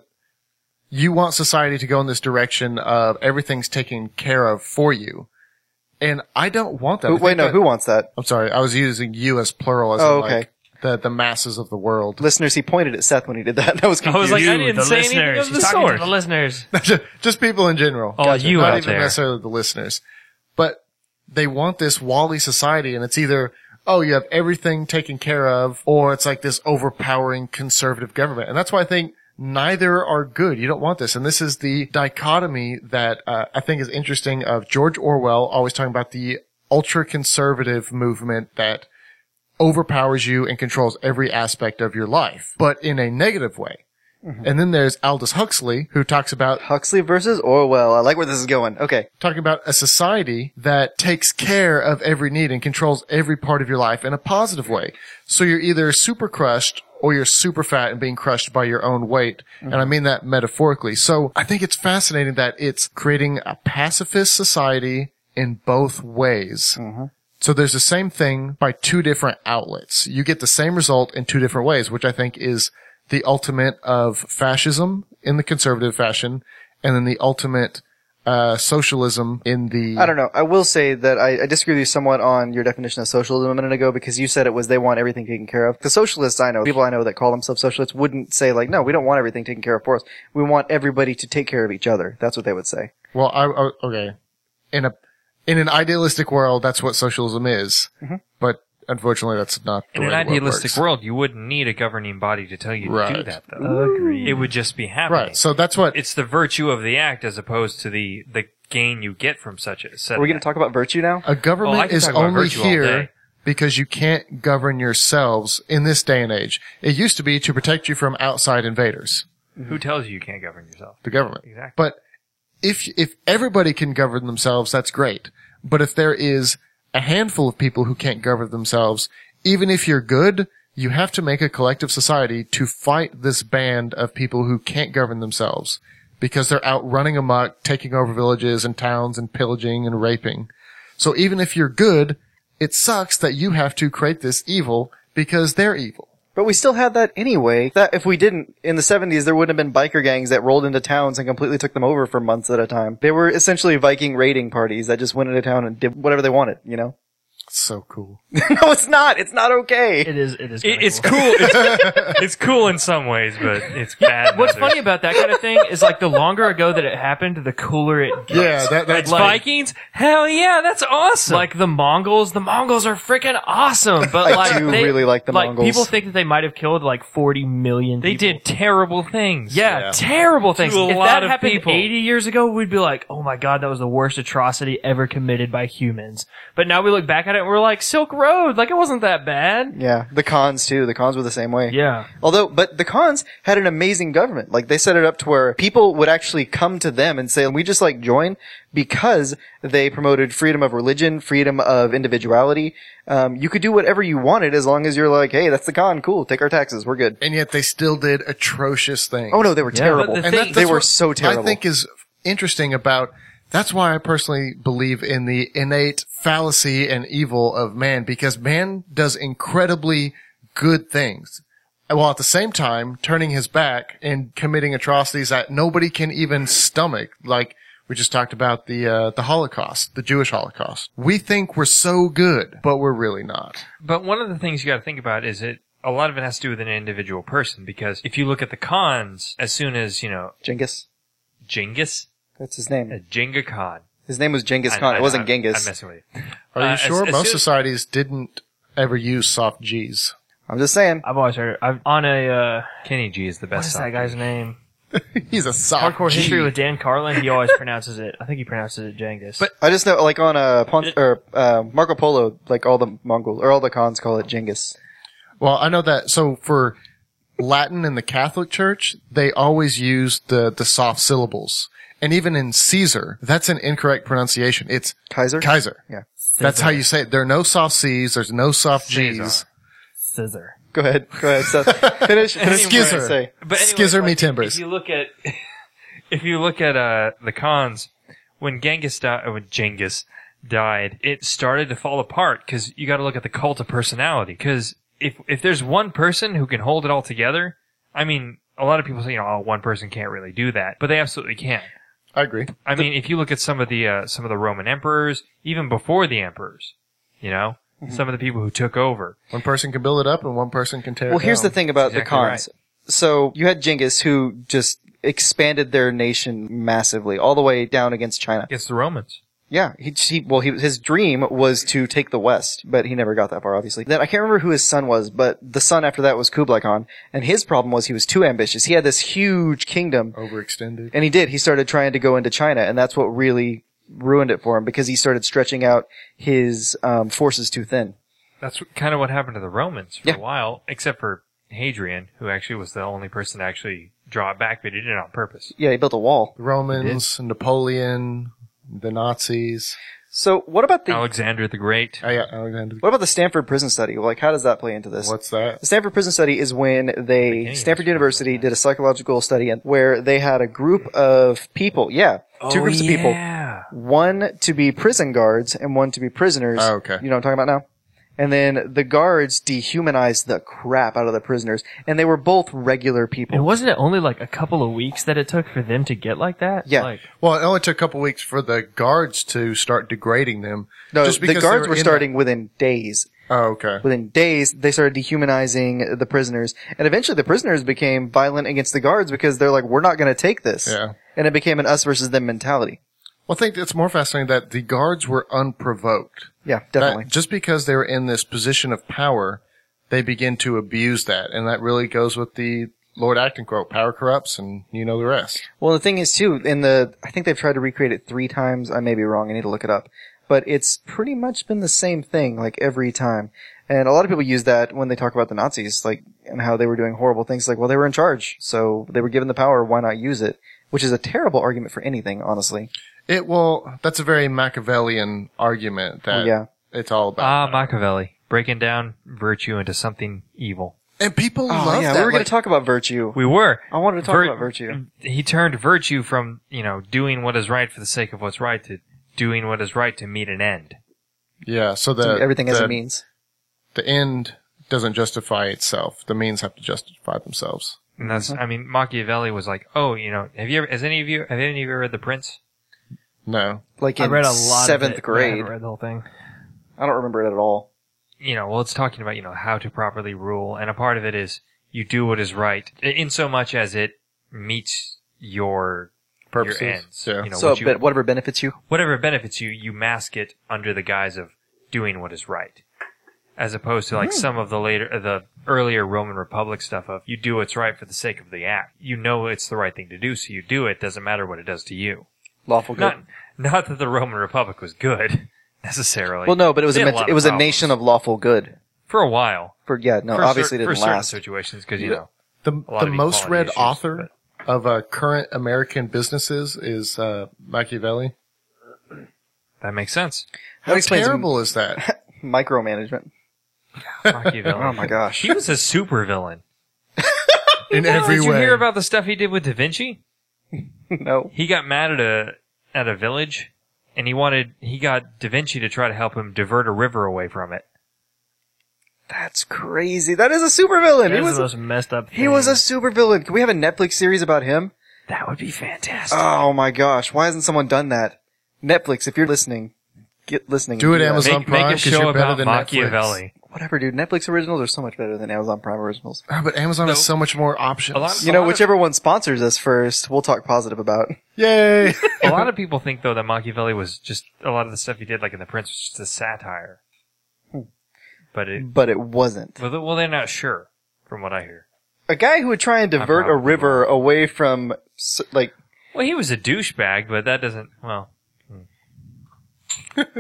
[SPEAKER 1] you want society to go in this direction of everything's taken care of for you, and I don't want that.
[SPEAKER 4] Who-
[SPEAKER 1] I think
[SPEAKER 4] wait, no,
[SPEAKER 1] that-
[SPEAKER 4] who wants that?
[SPEAKER 1] I'm sorry, I was using you as plural as
[SPEAKER 4] Oh,
[SPEAKER 1] in, like, the the masses of the world.
[SPEAKER 4] Listeners, he pointed at Seth when he did that. That was
[SPEAKER 5] I was
[SPEAKER 4] confused.
[SPEAKER 5] like, I
[SPEAKER 2] You,
[SPEAKER 5] didn't
[SPEAKER 2] the
[SPEAKER 5] say
[SPEAKER 2] listeners.
[SPEAKER 5] anything of
[SPEAKER 2] He's
[SPEAKER 5] the
[SPEAKER 2] talking
[SPEAKER 5] sort.
[SPEAKER 2] to the listeners.
[SPEAKER 1] just people in general.
[SPEAKER 5] All Oh, you
[SPEAKER 1] Not
[SPEAKER 5] out
[SPEAKER 1] even
[SPEAKER 5] there.
[SPEAKER 1] necessarily the listeners, but they want this Wally society, and it's either oh you have everything taken care of, or it's like this overpowering conservative government, and that's why I think neither are good. You don't want this, and this is the dichotomy that uh, I think is interesting of George Orwell always talking about the ultra conservative movement that overpowers you and controls every aspect of your life, but in a negative way. And then there's Aldous Huxley, who talks about
[SPEAKER 4] Huxley versus Orwell. I like where this is going. Okay,
[SPEAKER 1] talking about a society that takes care of every need and controls every part of your life in a positive way. So you're either super crushed or you're super fat and being crushed by your own weight. And I mean that metaphorically. So I think it's fascinating that it's creating a pacifist society in both ways. So there's the same thing by two different outlets. You get the same result in two different ways, which I think is the ultimate of fascism in the conservative fashion, and then the ultimate uh, socialism in the.
[SPEAKER 4] I don't know. I will say that I, I disagree with you somewhat on your definition of socialism a minute ago because you said it was they want everything taken care of. The socialists I know, people I know that call themselves socialists, wouldn't say like, no, we don't want everything taken care of for us. We want everybody to take care of each other. That's what they would say.
[SPEAKER 1] Well, I, I okay. In a in an idealistic world, that's what socialism is,
[SPEAKER 4] Mm-hmm.
[SPEAKER 1] but unfortunately, that's not the way
[SPEAKER 5] In an
[SPEAKER 1] the world
[SPEAKER 5] idealistic
[SPEAKER 1] works.
[SPEAKER 5] world, you wouldn't need a governing body to tell you to do
[SPEAKER 1] Right.
[SPEAKER 5] that, though.
[SPEAKER 2] Agreed.
[SPEAKER 5] It would just be happening.
[SPEAKER 1] Right. So that's what.
[SPEAKER 5] it's the virtue of the act as opposed to the the gain you get from such a set.
[SPEAKER 4] Are we going to talk about virtue now?
[SPEAKER 1] A
[SPEAKER 5] Oh, I
[SPEAKER 1] government
[SPEAKER 5] can
[SPEAKER 1] is
[SPEAKER 5] talk about
[SPEAKER 1] only
[SPEAKER 5] virtue all day.
[SPEAKER 1] here because you can't govern yourselves in this day and age. It used to be to protect you from outside invaders,
[SPEAKER 5] Who tells you you can't govern yourself?
[SPEAKER 1] the government.
[SPEAKER 5] Exactly.
[SPEAKER 1] But if if everybody can govern themselves, that's great. But if there is a handful of people who can't govern themselves, even if you're good, you have to make a collective society to fight this band of people who can't govern themselves because they're out running amok, taking over villages and towns and pillaging and raping. So even if you're good, it sucks that you have to create this evil because they're evil.
[SPEAKER 4] But we still had that anyway. That if we didn't in the 70s, there wouldn't have been biker gangs that rolled into towns and completely took them over for months at a time. They were essentially Viking raiding parties that just went into town and did whatever they wanted, you know?
[SPEAKER 1] It's so cool.
[SPEAKER 4] no, it's not. It's not okay.
[SPEAKER 2] It is. It is.
[SPEAKER 5] It,
[SPEAKER 2] kinda
[SPEAKER 5] it's cool. It's, it's cool in some ways, but it's bad. in
[SPEAKER 2] What's
[SPEAKER 5] others.
[SPEAKER 2] funny about that kind of thing is like the longer ago that it happened, the cooler it gets.
[SPEAKER 1] Yeah, that, that's
[SPEAKER 2] Like-
[SPEAKER 5] Vikings? Hell yeah, that's awesome.
[SPEAKER 2] Like the Mongols, the Mongols are freaking awesome. But
[SPEAKER 4] I
[SPEAKER 2] like,
[SPEAKER 4] do
[SPEAKER 2] they,
[SPEAKER 4] really like the
[SPEAKER 2] like,
[SPEAKER 4] Mongols.
[SPEAKER 2] People think that they might have killed like 40 million.
[SPEAKER 5] they
[SPEAKER 2] people.
[SPEAKER 5] did terrible things.
[SPEAKER 2] Yeah, terrible things.
[SPEAKER 5] To a
[SPEAKER 2] if
[SPEAKER 5] lot
[SPEAKER 2] that
[SPEAKER 5] of
[SPEAKER 2] happened
[SPEAKER 5] people.
[SPEAKER 2] 80 years ago, we'd be like, "Oh my god, that was the worst atrocity ever committed by humans." But now we look back at it and and were like Silk Road, like it wasn't that bad.
[SPEAKER 4] Yeah, the cons too. The cons were the same way.
[SPEAKER 2] Yeah,
[SPEAKER 4] Although, but the cons had an amazing government. Like they set it up to where people would actually come to them and say, "We just like join," because they promoted freedom of religion, freedom of individuality. Um, you could do whatever you wanted as long as you're like, "Hey, that's the con. Cool. Take our taxes. We're good."
[SPEAKER 1] and yet they still did atrocious things.
[SPEAKER 4] Oh no, they were
[SPEAKER 5] Yeah.
[SPEAKER 4] terrible.
[SPEAKER 2] But the
[SPEAKER 1] And
[SPEAKER 2] thing-
[SPEAKER 1] that-
[SPEAKER 4] they
[SPEAKER 1] that's
[SPEAKER 4] were
[SPEAKER 1] what
[SPEAKER 4] so terrible.
[SPEAKER 1] I think is interesting about that's why I personally believe in the innate fallacy and evil of man because man does incredibly good things while at the same time turning his back and committing atrocities that nobody can even stomach like we just talked about the uh, the Holocaust, the Jewish Holocaust. We think we're so good, but we're really not.
[SPEAKER 5] But one of the things you got to think about is it. A lot of it has to do with an individual person because if you look at the cons, as soon as you know
[SPEAKER 4] Genghis.
[SPEAKER 5] Genghis,
[SPEAKER 4] That's his name.
[SPEAKER 5] uh, Jenga Khan.
[SPEAKER 4] His name was Genghis
[SPEAKER 5] I-
[SPEAKER 4] Khan.
[SPEAKER 5] I-
[SPEAKER 4] it wasn't
[SPEAKER 5] I'm-
[SPEAKER 4] Genghis.
[SPEAKER 5] I'm
[SPEAKER 4] I'm,
[SPEAKER 5] messing with you.
[SPEAKER 1] Are
[SPEAKER 5] Uh,
[SPEAKER 1] you
[SPEAKER 5] as-
[SPEAKER 1] sure
[SPEAKER 5] as
[SPEAKER 1] most
[SPEAKER 5] soon-
[SPEAKER 1] societies didn't ever use soft G's?
[SPEAKER 4] just saying.
[SPEAKER 2] I've always heard. I've on a uh,
[SPEAKER 5] Kenny G is the
[SPEAKER 2] what's
[SPEAKER 5] best.
[SPEAKER 2] that
[SPEAKER 5] soccer.
[SPEAKER 2] guy's name?
[SPEAKER 1] He's a soft
[SPEAKER 2] Hardcore
[SPEAKER 1] G.
[SPEAKER 2] History with Dan Carlin. He always pronounces it. I think he pronounces it Genghis.
[SPEAKER 1] But-
[SPEAKER 4] I just know, like on uh, Pon- or uh, Marco Polo, like all the Mongol or all the cons call it Genghis.
[SPEAKER 1] Well, I know that. So for Latin in the Catholic Church, they always use the, the soft syllables. And even in Caesar, that's an incorrect pronunciation. It's
[SPEAKER 4] Kaiser.
[SPEAKER 1] Kaiser.
[SPEAKER 4] Yeah.
[SPEAKER 1] That's how you say it. There are no soft C's. There's no soft
[SPEAKER 5] Caesar.
[SPEAKER 1] G's.
[SPEAKER 2] Scissor.
[SPEAKER 4] Go ahead. Go ahead. Seth. finish. Finish. what you're
[SPEAKER 1] Skizzer.
[SPEAKER 4] gonna Say.
[SPEAKER 5] But anyway,
[SPEAKER 1] Skizzer me
[SPEAKER 5] like,
[SPEAKER 1] timbers.
[SPEAKER 5] If you look at, if you look at uh, the cons, when Genghis died, when Genghis died, it started to fall apart because you got to look at the cult of personality. Because if if there's one person who can hold it all together, I mean, a lot of people say, you know, oh, one person can't really do that, but they absolutely can.
[SPEAKER 1] I agree.
[SPEAKER 5] I mean, if you look at some of the uh, some of the Roman emperors, even before the emperors, you know, some of the people who took over,
[SPEAKER 1] One person can build it up and one person can tear it
[SPEAKER 4] Well, here's the
[SPEAKER 1] down.
[SPEAKER 4] thing about
[SPEAKER 5] Exactly
[SPEAKER 4] the cons. So you had Genghis who just expanded their nation massively, all the way down against China.
[SPEAKER 5] against the Romans.
[SPEAKER 4] Yeah, he, he well, he, his dream was to take the West, but he never got that far, obviously. Then I can't remember who his son was, but the son after that was Kublai Khan, and his problem was he was too ambitious. He had this huge kingdom,
[SPEAKER 1] Overextended.
[SPEAKER 4] and he did. He started trying to go into China, and that's what really ruined it for him because he started stretching out his um, forces too thin.
[SPEAKER 5] That's kind of what happened to the Romans for
[SPEAKER 4] Yeah.
[SPEAKER 5] a while, except for Hadrian, who actually was the only person to actually draw it back, but he did it on purpose.
[SPEAKER 4] Yeah, he built a wall.
[SPEAKER 1] The Romans, Napoleon, the Nazis.
[SPEAKER 4] So what about the
[SPEAKER 5] Alexander the Great.
[SPEAKER 1] Oh, yeah, Alexander.
[SPEAKER 4] what about the Stanford prison study? Like, how does that play into this?
[SPEAKER 1] What's that?
[SPEAKER 4] The Stanford Prison Study is when they
[SPEAKER 5] Beginning
[SPEAKER 4] Stanford
[SPEAKER 5] of
[SPEAKER 4] University did a psychological study and- where they had a group of people. Yeah, two groups of people.
[SPEAKER 5] Oh, Yeah.
[SPEAKER 4] One to be prison guards and one to be prisoners.
[SPEAKER 1] Oh, okay.
[SPEAKER 4] You know what I'm talking about now? And then the guards dehumanized the crap out of the prisoners, and they were both regular
[SPEAKER 2] And
[SPEAKER 4] people.
[SPEAKER 2] wasn't it only like a couple of weeks that it took for them to get like that?
[SPEAKER 4] Yeah.
[SPEAKER 2] Like,
[SPEAKER 1] Well, it only took a couple weeks for the guards to start degrading them.
[SPEAKER 4] No,
[SPEAKER 1] Just
[SPEAKER 4] the
[SPEAKER 1] because they
[SPEAKER 4] guards
[SPEAKER 1] were
[SPEAKER 4] were
[SPEAKER 1] in
[SPEAKER 4] starting within days.
[SPEAKER 1] The, oh, okay.
[SPEAKER 4] Within days, they started dehumanizing the prisoners, and eventually the prisoners became violent against the guards because they're like, "We're not going to take this."
[SPEAKER 1] Yeah.
[SPEAKER 4] And it became an us versus them mentality.
[SPEAKER 1] Well, I think it's more fascinating that the guards were unprovoked.
[SPEAKER 4] Yeah,
[SPEAKER 1] That-
[SPEAKER 4] definitely.
[SPEAKER 1] just because they were in this position of power, they begin to abuse that. And that really goes with the Lord Acton quote, power corrupts and you know the rest.
[SPEAKER 4] Well, the thing is too, in the I think they've tried to recreate it three times. I may be wrong. I need to look it up, but it's pretty much been the same thing like every time. And a lot of people use that when they talk about the Nazis, like and how they were doing horrible things. Like, well, they were in charge, so they were given the power. Why not use it? Which is a terrible argument for anything, honestly.
[SPEAKER 1] It will, that's a very Machiavellian argument that
[SPEAKER 4] yeah.
[SPEAKER 1] it's all about.
[SPEAKER 5] Ah, Machiavelli. Breaking down virtue into something evil.
[SPEAKER 1] and people love
[SPEAKER 4] oh, yeah,
[SPEAKER 1] that.
[SPEAKER 4] we were going
[SPEAKER 1] like,
[SPEAKER 4] to talk about virtue.
[SPEAKER 5] We were.
[SPEAKER 4] I wanted to talk about virtue.
[SPEAKER 5] He turned virtue from, you know, doing what is right for the sake of what's right to doing what is right to meet an end.
[SPEAKER 1] yeah, so the,
[SPEAKER 4] Everything
[SPEAKER 1] the,
[SPEAKER 4] as it means.
[SPEAKER 1] The end doesn't justify itself. The means have to justify themselves.
[SPEAKER 5] And that's,
[SPEAKER 4] Mm-hmm.
[SPEAKER 5] I mean, Machiavelli was like, oh, you know, have you ever, has any of you, have any of you ever read The Prince?
[SPEAKER 1] No.
[SPEAKER 4] Like
[SPEAKER 2] I
[SPEAKER 4] in
[SPEAKER 2] read a lot.
[SPEAKER 4] seventh
[SPEAKER 2] of it, but I
[SPEAKER 4] grade.
[SPEAKER 2] haven't read the whole thing.
[SPEAKER 4] I don't remember it at all.
[SPEAKER 5] you know, well, it's talking about, you know, how to properly rule. And a part of it is you do what is right i- in so much as it meets your, your
[SPEAKER 1] Purposes.
[SPEAKER 5] ends.
[SPEAKER 1] Yeah.
[SPEAKER 5] You know,
[SPEAKER 4] so,
[SPEAKER 5] what you-
[SPEAKER 4] but whatever benefits you.
[SPEAKER 5] whatever benefits you, you mask it under the guise of doing what is right. As opposed to like
[SPEAKER 4] Hmm.
[SPEAKER 5] some of the later, uh, the earlier Roman Republic stuff of you do what's right for the sake of the act. You know it's the right thing to do, so you do it. Doesn't matter what it does to you.
[SPEAKER 4] Lawful good.
[SPEAKER 5] Not, not that the Roman Republic was good. necessarily.
[SPEAKER 4] Well, no, but it was
[SPEAKER 5] They
[SPEAKER 4] a,
[SPEAKER 5] had
[SPEAKER 4] ment-
[SPEAKER 5] lot
[SPEAKER 4] it was a
[SPEAKER 5] problems
[SPEAKER 4] nation of lawful good.
[SPEAKER 5] for a while.
[SPEAKER 4] For yeah, no,
[SPEAKER 5] For
[SPEAKER 4] obviously
[SPEAKER 5] cer-
[SPEAKER 4] it didn't
[SPEAKER 5] for certain
[SPEAKER 4] last.
[SPEAKER 5] situations because you
[SPEAKER 1] Yeah.
[SPEAKER 5] know
[SPEAKER 1] The,
[SPEAKER 5] lot
[SPEAKER 1] the
[SPEAKER 5] of
[SPEAKER 1] most
[SPEAKER 5] equality
[SPEAKER 1] read
[SPEAKER 5] issues,
[SPEAKER 1] author of uh, current American businesses is uh, Machiavelli.
[SPEAKER 5] that makes sense.
[SPEAKER 1] How
[SPEAKER 4] That explains
[SPEAKER 1] terrible is that?
[SPEAKER 4] micromanagement.
[SPEAKER 5] Machiavelli.
[SPEAKER 4] Oh my gosh.
[SPEAKER 5] he was a super villain.
[SPEAKER 1] In every
[SPEAKER 5] Did you
[SPEAKER 1] way.
[SPEAKER 5] hear about the stuff he did with Da Vinci?
[SPEAKER 4] no.
[SPEAKER 5] He got mad at a at a village, and he wanted he got Da Vinci to try to help him divert a river away from it.
[SPEAKER 4] That's crazy. That is a supervillain.
[SPEAKER 2] That
[SPEAKER 4] He
[SPEAKER 2] is
[SPEAKER 4] was
[SPEAKER 2] the most messed up.
[SPEAKER 4] he was a supervillain. Can we have a Netflix series about him?
[SPEAKER 5] That would be fantastic.
[SPEAKER 4] Oh my gosh. Why hasn't someone done that? Netflix, if you're listening, get listening.
[SPEAKER 1] Do
[SPEAKER 4] and
[SPEAKER 1] it,
[SPEAKER 4] that.
[SPEAKER 1] Amazon.
[SPEAKER 5] make, make
[SPEAKER 1] Prime,
[SPEAKER 5] a
[SPEAKER 1] 'cause
[SPEAKER 5] show
[SPEAKER 1] you're better
[SPEAKER 5] about
[SPEAKER 1] than
[SPEAKER 5] Machiavelli.
[SPEAKER 4] Whatever, dude. Netflix originals are so much better than Amazon Prime originals.
[SPEAKER 1] Ah, but Amazon has so much more options.
[SPEAKER 5] A lot-
[SPEAKER 4] You know, whichever one sponsors us first, we'll talk positive about.
[SPEAKER 1] Yay!
[SPEAKER 5] a lot of people think though that Machiavelli was just a lot of the stuff he did, like in The Prince, was just a satire.
[SPEAKER 4] Hmm.
[SPEAKER 5] But it,
[SPEAKER 4] But it wasn't.
[SPEAKER 5] well, they- well, they're not sure from what I hear.
[SPEAKER 4] A guy who would try and divert a
[SPEAKER 5] probably
[SPEAKER 4] river away from, s- like,
[SPEAKER 5] Well, he was a douchebag, but that doesn't. Well,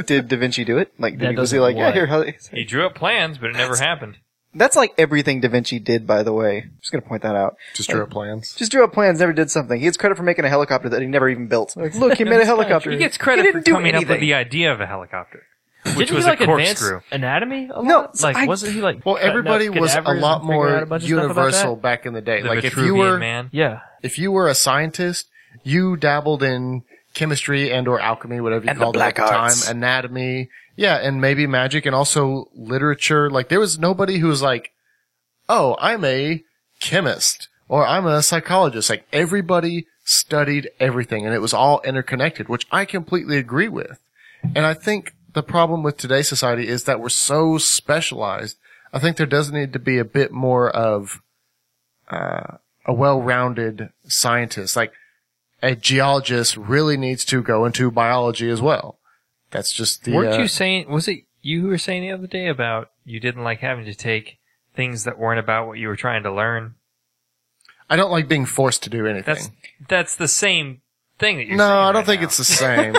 [SPEAKER 4] did Da Vinci do it? Like,
[SPEAKER 2] That
[SPEAKER 4] did he, was he
[SPEAKER 2] doesn't
[SPEAKER 4] like, yeah,
[SPEAKER 2] what?
[SPEAKER 4] here, how,
[SPEAKER 5] he drew up plans, but it never happened.
[SPEAKER 4] that's like everything Da Vinci did, by the way. Just gonna point that out.
[SPEAKER 1] Just drew up plans.
[SPEAKER 4] Just drew up plans, never did something. He gets credit for making a helicopter that he never even built. Like, look, he made a helicopter.
[SPEAKER 5] He gets credit
[SPEAKER 4] didn't
[SPEAKER 5] for
[SPEAKER 4] do
[SPEAKER 5] coming up with
[SPEAKER 4] anything.
[SPEAKER 5] the idea of a helicopter, which
[SPEAKER 2] Didn't he,
[SPEAKER 5] was
[SPEAKER 2] like
[SPEAKER 5] a
[SPEAKER 2] advance
[SPEAKER 5] corkscrew.
[SPEAKER 2] anatomy. A lot?
[SPEAKER 4] No, so
[SPEAKER 2] like
[SPEAKER 4] I-
[SPEAKER 2] wasn't he like?
[SPEAKER 1] Well,
[SPEAKER 2] cutting up
[SPEAKER 1] everybody was a
[SPEAKER 2] cadavers
[SPEAKER 1] lot
[SPEAKER 2] and figuring out
[SPEAKER 1] more
[SPEAKER 2] a bunch of stuff about
[SPEAKER 1] universal
[SPEAKER 2] that?
[SPEAKER 1] back in the day.
[SPEAKER 5] The
[SPEAKER 1] like if you
[SPEAKER 5] Vitruvian
[SPEAKER 1] were
[SPEAKER 5] man.
[SPEAKER 2] Yeah,
[SPEAKER 1] if you were a scientist, you dabbled in chemistry and or alchemy, whatever you
[SPEAKER 4] And the
[SPEAKER 1] called it at
[SPEAKER 4] black
[SPEAKER 1] the time,
[SPEAKER 4] arts.
[SPEAKER 1] anatomy, yeah, and maybe magic, and also literature. Like there was nobody who was like, "Oh, I'm a chemist" or "I'm a psychologist." Like everybody studied everything, and it was all interconnected, which I completely agree with. And I think the problem with today's society is that we're so specialized. I think there does need to be a bit more of uh, a well-rounded scientist. Like a geologist really needs to go into biology as well. That's just the.
[SPEAKER 5] Weren't
[SPEAKER 1] uh,
[SPEAKER 5] you saying? Was it you who were saying the other day about you didn't like having to take things that weren't about what you were trying to learn?
[SPEAKER 1] uh, I don't like being forced to do anything.
[SPEAKER 5] That's that's the same thing that you're
[SPEAKER 1] no,
[SPEAKER 5] saying
[SPEAKER 1] I don't
[SPEAKER 5] right
[SPEAKER 1] think
[SPEAKER 5] now.
[SPEAKER 1] it's the same.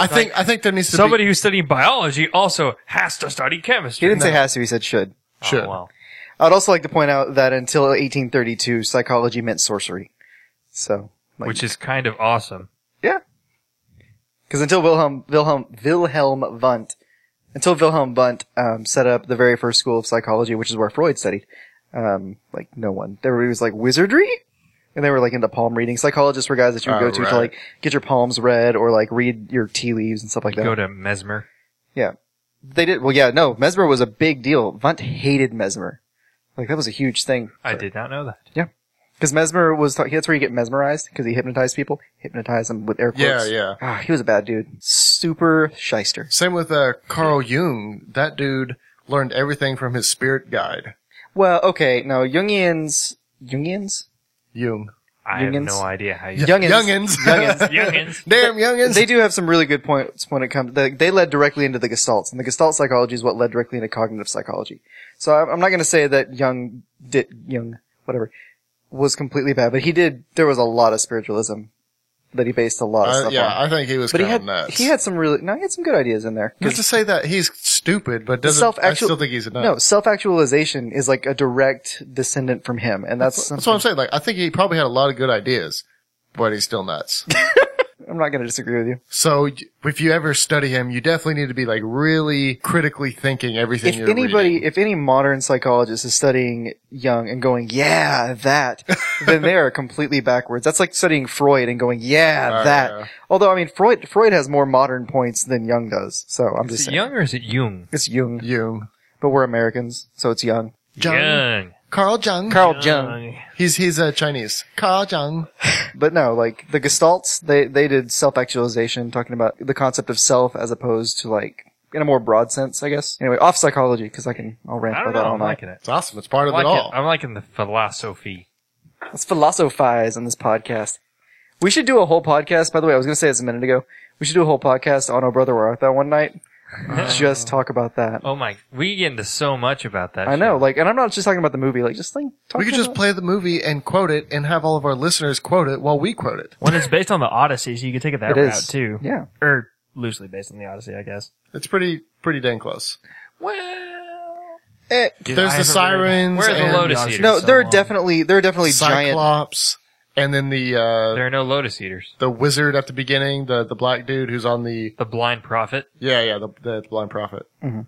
[SPEAKER 1] I think I think there needs to
[SPEAKER 5] Somebody
[SPEAKER 1] be
[SPEAKER 5] who's studying biology also has to study
[SPEAKER 4] He
[SPEAKER 5] chemistry.
[SPEAKER 4] didn't say has to, he said should.
[SPEAKER 5] Oh,
[SPEAKER 1] should.
[SPEAKER 5] well.
[SPEAKER 4] I'd also like to point out that until 1832, psychology meant sorcery. So, like,
[SPEAKER 5] which is kind of awesome.
[SPEAKER 4] yeah. Because until Wilhelm Wilhelm Wilhelm Wundt, until Wilhelm Wundt um, set up the very first school of psychology, which is where Freud studied, um, like no one, everybody was like wizardry, and they were like into palm reading. Psychologists were guys that you would
[SPEAKER 1] Oh,
[SPEAKER 4] go to
[SPEAKER 1] right.
[SPEAKER 4] to like get your palms read or like read your tea leaves and stuff like that.
[SPEAKER 5] Go to Mesmer.
[SPEAKER 4] Yeah. They did. Well, yeah, no, Mesmer was a big deal. Wundt hated Mesmer. Like, that was a huge thing.
[SPEAKER 5] I did not know that.
[SPEAKER 4] Because Mesmer was, that's where you get mesmerized, because he hypnotized people. Hypnotized them with air
[SPEAKER 1] Yeah,
[SPEAKER 4] quotes.
[SPEAKER 1] yeah.
[SPEAKER 4] Ah, he was a bad dude. Super shyster.
[SPEAKER 1] Same with uh, Carl Jung. That dude learned everything from his spirit guide,
[SPEAKER 4] Well, okay, no, Jungians, Jungians?
[SPEAKER 1] Jung.
[SPEAKER 5] I have
[SPEAKER 4] Jungens?
[SPEAKER 5] no idea how you.
[SPEAKER 4] Youngins.
[SPEAKER 1] Youngins.
[SPEAKER 4] Youngins.
[SPEAKER 5] Youngins.
[SPEAKER 1] Damn youngins.
[SPEAKER 4] They do have some really good points when it comes. They, they led directly into the Gestalt, and the Gestalt psychology is what led directly into cognitive psychology. So I'm, I'm not going to say that Jung did Jung whatever was completely bad, but he did. There was a lot of spiritualism that he based a lot of
[SPEAKER 1] I-
[SPEAKER 4] stuff
[SPEAKER 1] Uh, yeah,
[SPEAKER 4] on.
[SPEAKER 1] I think he was
[SPEAKER 4] but
[SPEAKER 1] kind
[SPEAKER 4] he
[SPEAKER 1] of
[SPEAKER 4] had
[SPEAKER 1] nuts.
[SPEAKER 4] he had some really no, he had some good ideas in there.
[SPEAKER 1] Not to say that he's stupid, but doesn't. I
[SPEAKER 4] self-actu-
[SPEAKER 1] still think he's a nut.
[SPEAKER 4] No, self actualization is like a direct descendant from him, and that's
[SPEAKER 1] that's
[SPEAKER 4] something-
[SPEAKER 1] what I'm saying. Like, I think he probably had a lot of good ideas, but he's still nuts.
[SPEAKER 4] I'm not going to disagree with you.
[SPEAKER 1] so y- if you ever study him, you definitely need to be like really critically thinking everything.
[SPEAKER 4] if
[SPEAKER 1] you're
[SPEAKER 4] anybody,
[SPEAKER 1] reading.
[SPEAKER 4] if any modern psychologist is studying Jung and going, yeah, that, then they are completely backwards. That's like studying Freud and going, yeah,
[SPEAKER 1] Oh,
[SPEAKER 4] that.
[SPEAKER 1] yeah.
[SPEAKER 4] Although, I mean, Freud, Freud has more modern points than Jung does. So I'm
[SPEAKER 5] Is
[SPEAKER 4] just
[SPEAKER 5] it
[SPEAKER 4] saying.
[SPEAKER 5] Young or is it Jung?
[SPEAKER 4] It's Jung,
[SPEAKER 1] Jung,
[SPEAKER 4] but we're Americans, so it's Jung.
[SPEAKER 1] Jung.
[SPEAKER 5] Young.
[SPEAKER 1] Carl Jung,
[SPEAKER 4] Carl Jung.
[SPEAKER 1] he's he's uh, Chinese. Carl Jung.
[SPEAKER 4] But no, like the Gestalts, they, they did self-actualization, talking about the concept of self as opposed to like, in a more broad sense, I guess. Anyway, off psychology, cause I can, I'll rant
[SPEAKER 5] I don't
[SPEAKER 4] about
[SPEAKER 5] know.
[SPEAKER 4] that all
[SPEAKER 5] I'm
[SPEAKER 4] night.
[SPEAKER 5] liking it.
[SPEAKER 1] It's awesome. It's part of
[SPEAKER 5] I like
[SPEAKER 1] it all.
[SPEAKER 5] it. I'm liking the philosophy.
[SPEAKER 4] Let's philosophize on this podcast. We should do a whole podcast. By the way, I was going to say this a minute ago. We should do a whole podcast on Oh Brother Where Art Thou one night. just talk about that.
[SPEAKER 5] Uh, Oh my, we get into so much about that.
[SPEAKER 4] I
[SPEAKER 5] show.
[SPEAKER 4] know, like, and I'm not just talking about the movie. Like, just think. Talk
[SPEAKER 1] we could just
[SPEAKER 4] about-
[SPEAKER 1] play the movie and quote it, and have all of our listeners quote it while we quote it.
[SPEAKER 2] when it's based on the Odyssey, so you could take it that
[SPEAKER 4] It
[SPEAKER 2] route
[SPEAKER 4] is.
[SPEAKER 2] too.
[SPEAKER 4] Yeah.
[SPEAKER 2] Or loosely based on the Odyssey, I guess.
[SPEAKER 1] It's pretty pretty dang close.
[SPEAKER 5] Well,
[SPEAKER 4] Eh,
[SPEAKER 1] There's the sirens.
[SPEAKER 5] Where are the
[SPEAKER 1] and
[SPEAKER 5] lotus eaters?
[SPEAKER 4] no, there are
[SPEAKER 5] So, um,
[SPEAKER 4] definitely there are definitely giant.
[SPEAKER 1] Cyclops, and then the uh,
[SPEAKER 5] There are no lotus eaters.
[SPEAKER 1] the wizard at the beginning, the the black dude who's on the
[SPEAKER 5] The blind prophet.
[SPEAKER 1] yeah yeah the, the blind prophet.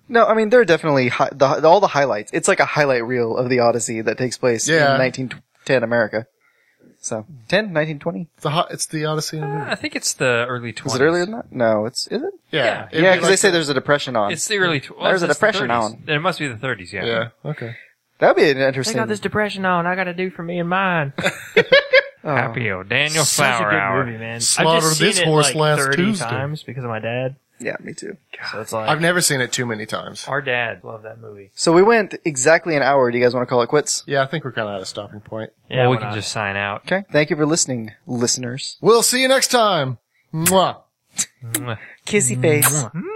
[SPEAKER 4] No, I mean there are definitely hi- the, the- all the highlights. It's like a highlight reel of the Odyssey that takes place
[SPEAKER 1] Yeah.
[SPEAKER 4] in 1910 America. So 10, 1920.
[SPEAKER 1] It's the ho- it's the Odyssey. In a movie.
[SPEAKER 5] I think it's the early 20s.
[SPEAKER 4] Was it earlier than that? No, it's is it?
[SPEAKER 1] Yeah,
[SPEAKER 4] Yeah, because they say there's a depression on.
[SPEAKER 5] It's the early. Tw- well,
[SPEAKER 4] There's a
[SPEAKER 5] it's the
[SPEAKER 4] depression
[SPEAKER 5] 30s. It must be the 30s. Yeah.
[SPEAKER 1] yeah okay.
[SPEAKER 4] That'd be an interesting.
[SPEAKER 2] depression on. I got to do for me and mine.
[SPEAKER 4] oh.
[SPEAKER 5] Happy O. Daniel
[SPEAKER 2] Such a
[SPEAKER 5] Flower
[SPEAKER 2] good
[SPEAKER 5] Hour.
[SPEAKER 2] movie, man. I've
[SPEAKER 1] Slaughtered
[SPEAKER 2] just seen
[SPEAKER 1] this
[SPEAKER 2] it
[SPEAKER 1] horse
[SPEAKER 2] like
[SPEAKER 1] last
[SPEAKER 2] 30
[SPEAKER 1] Tuesday.
[SPEAKER 2] times because of my dad.
[SPEAKER 4] Yeah, me too.
[SPEAKER 2] So it's like
[SPEAKER 1] I've never seen it too many times.
[SPEAKER 2] our dad loved that movie.
[SPEAKER 4] So we went exactly an hour. Do you guys want to call it quits?
[SPEAKER 1] Yeah, I think we're kind of at a stopping point.
[SPEAKER 2] Yeah,
[SPEAKER 5] well, we
[SPEAKER 2] why
[SPEAKER 5] can
[SPEAKER 2] not?
[SPEAKER 5] just sign out.
[SPEAKER 4] Okay. Thank you for listening, listeners.
[SPEAKER 1] We'll see you next time. Mwah.
[SPEAKER 4] Kissy face.
[SPEAKER 5] Mm.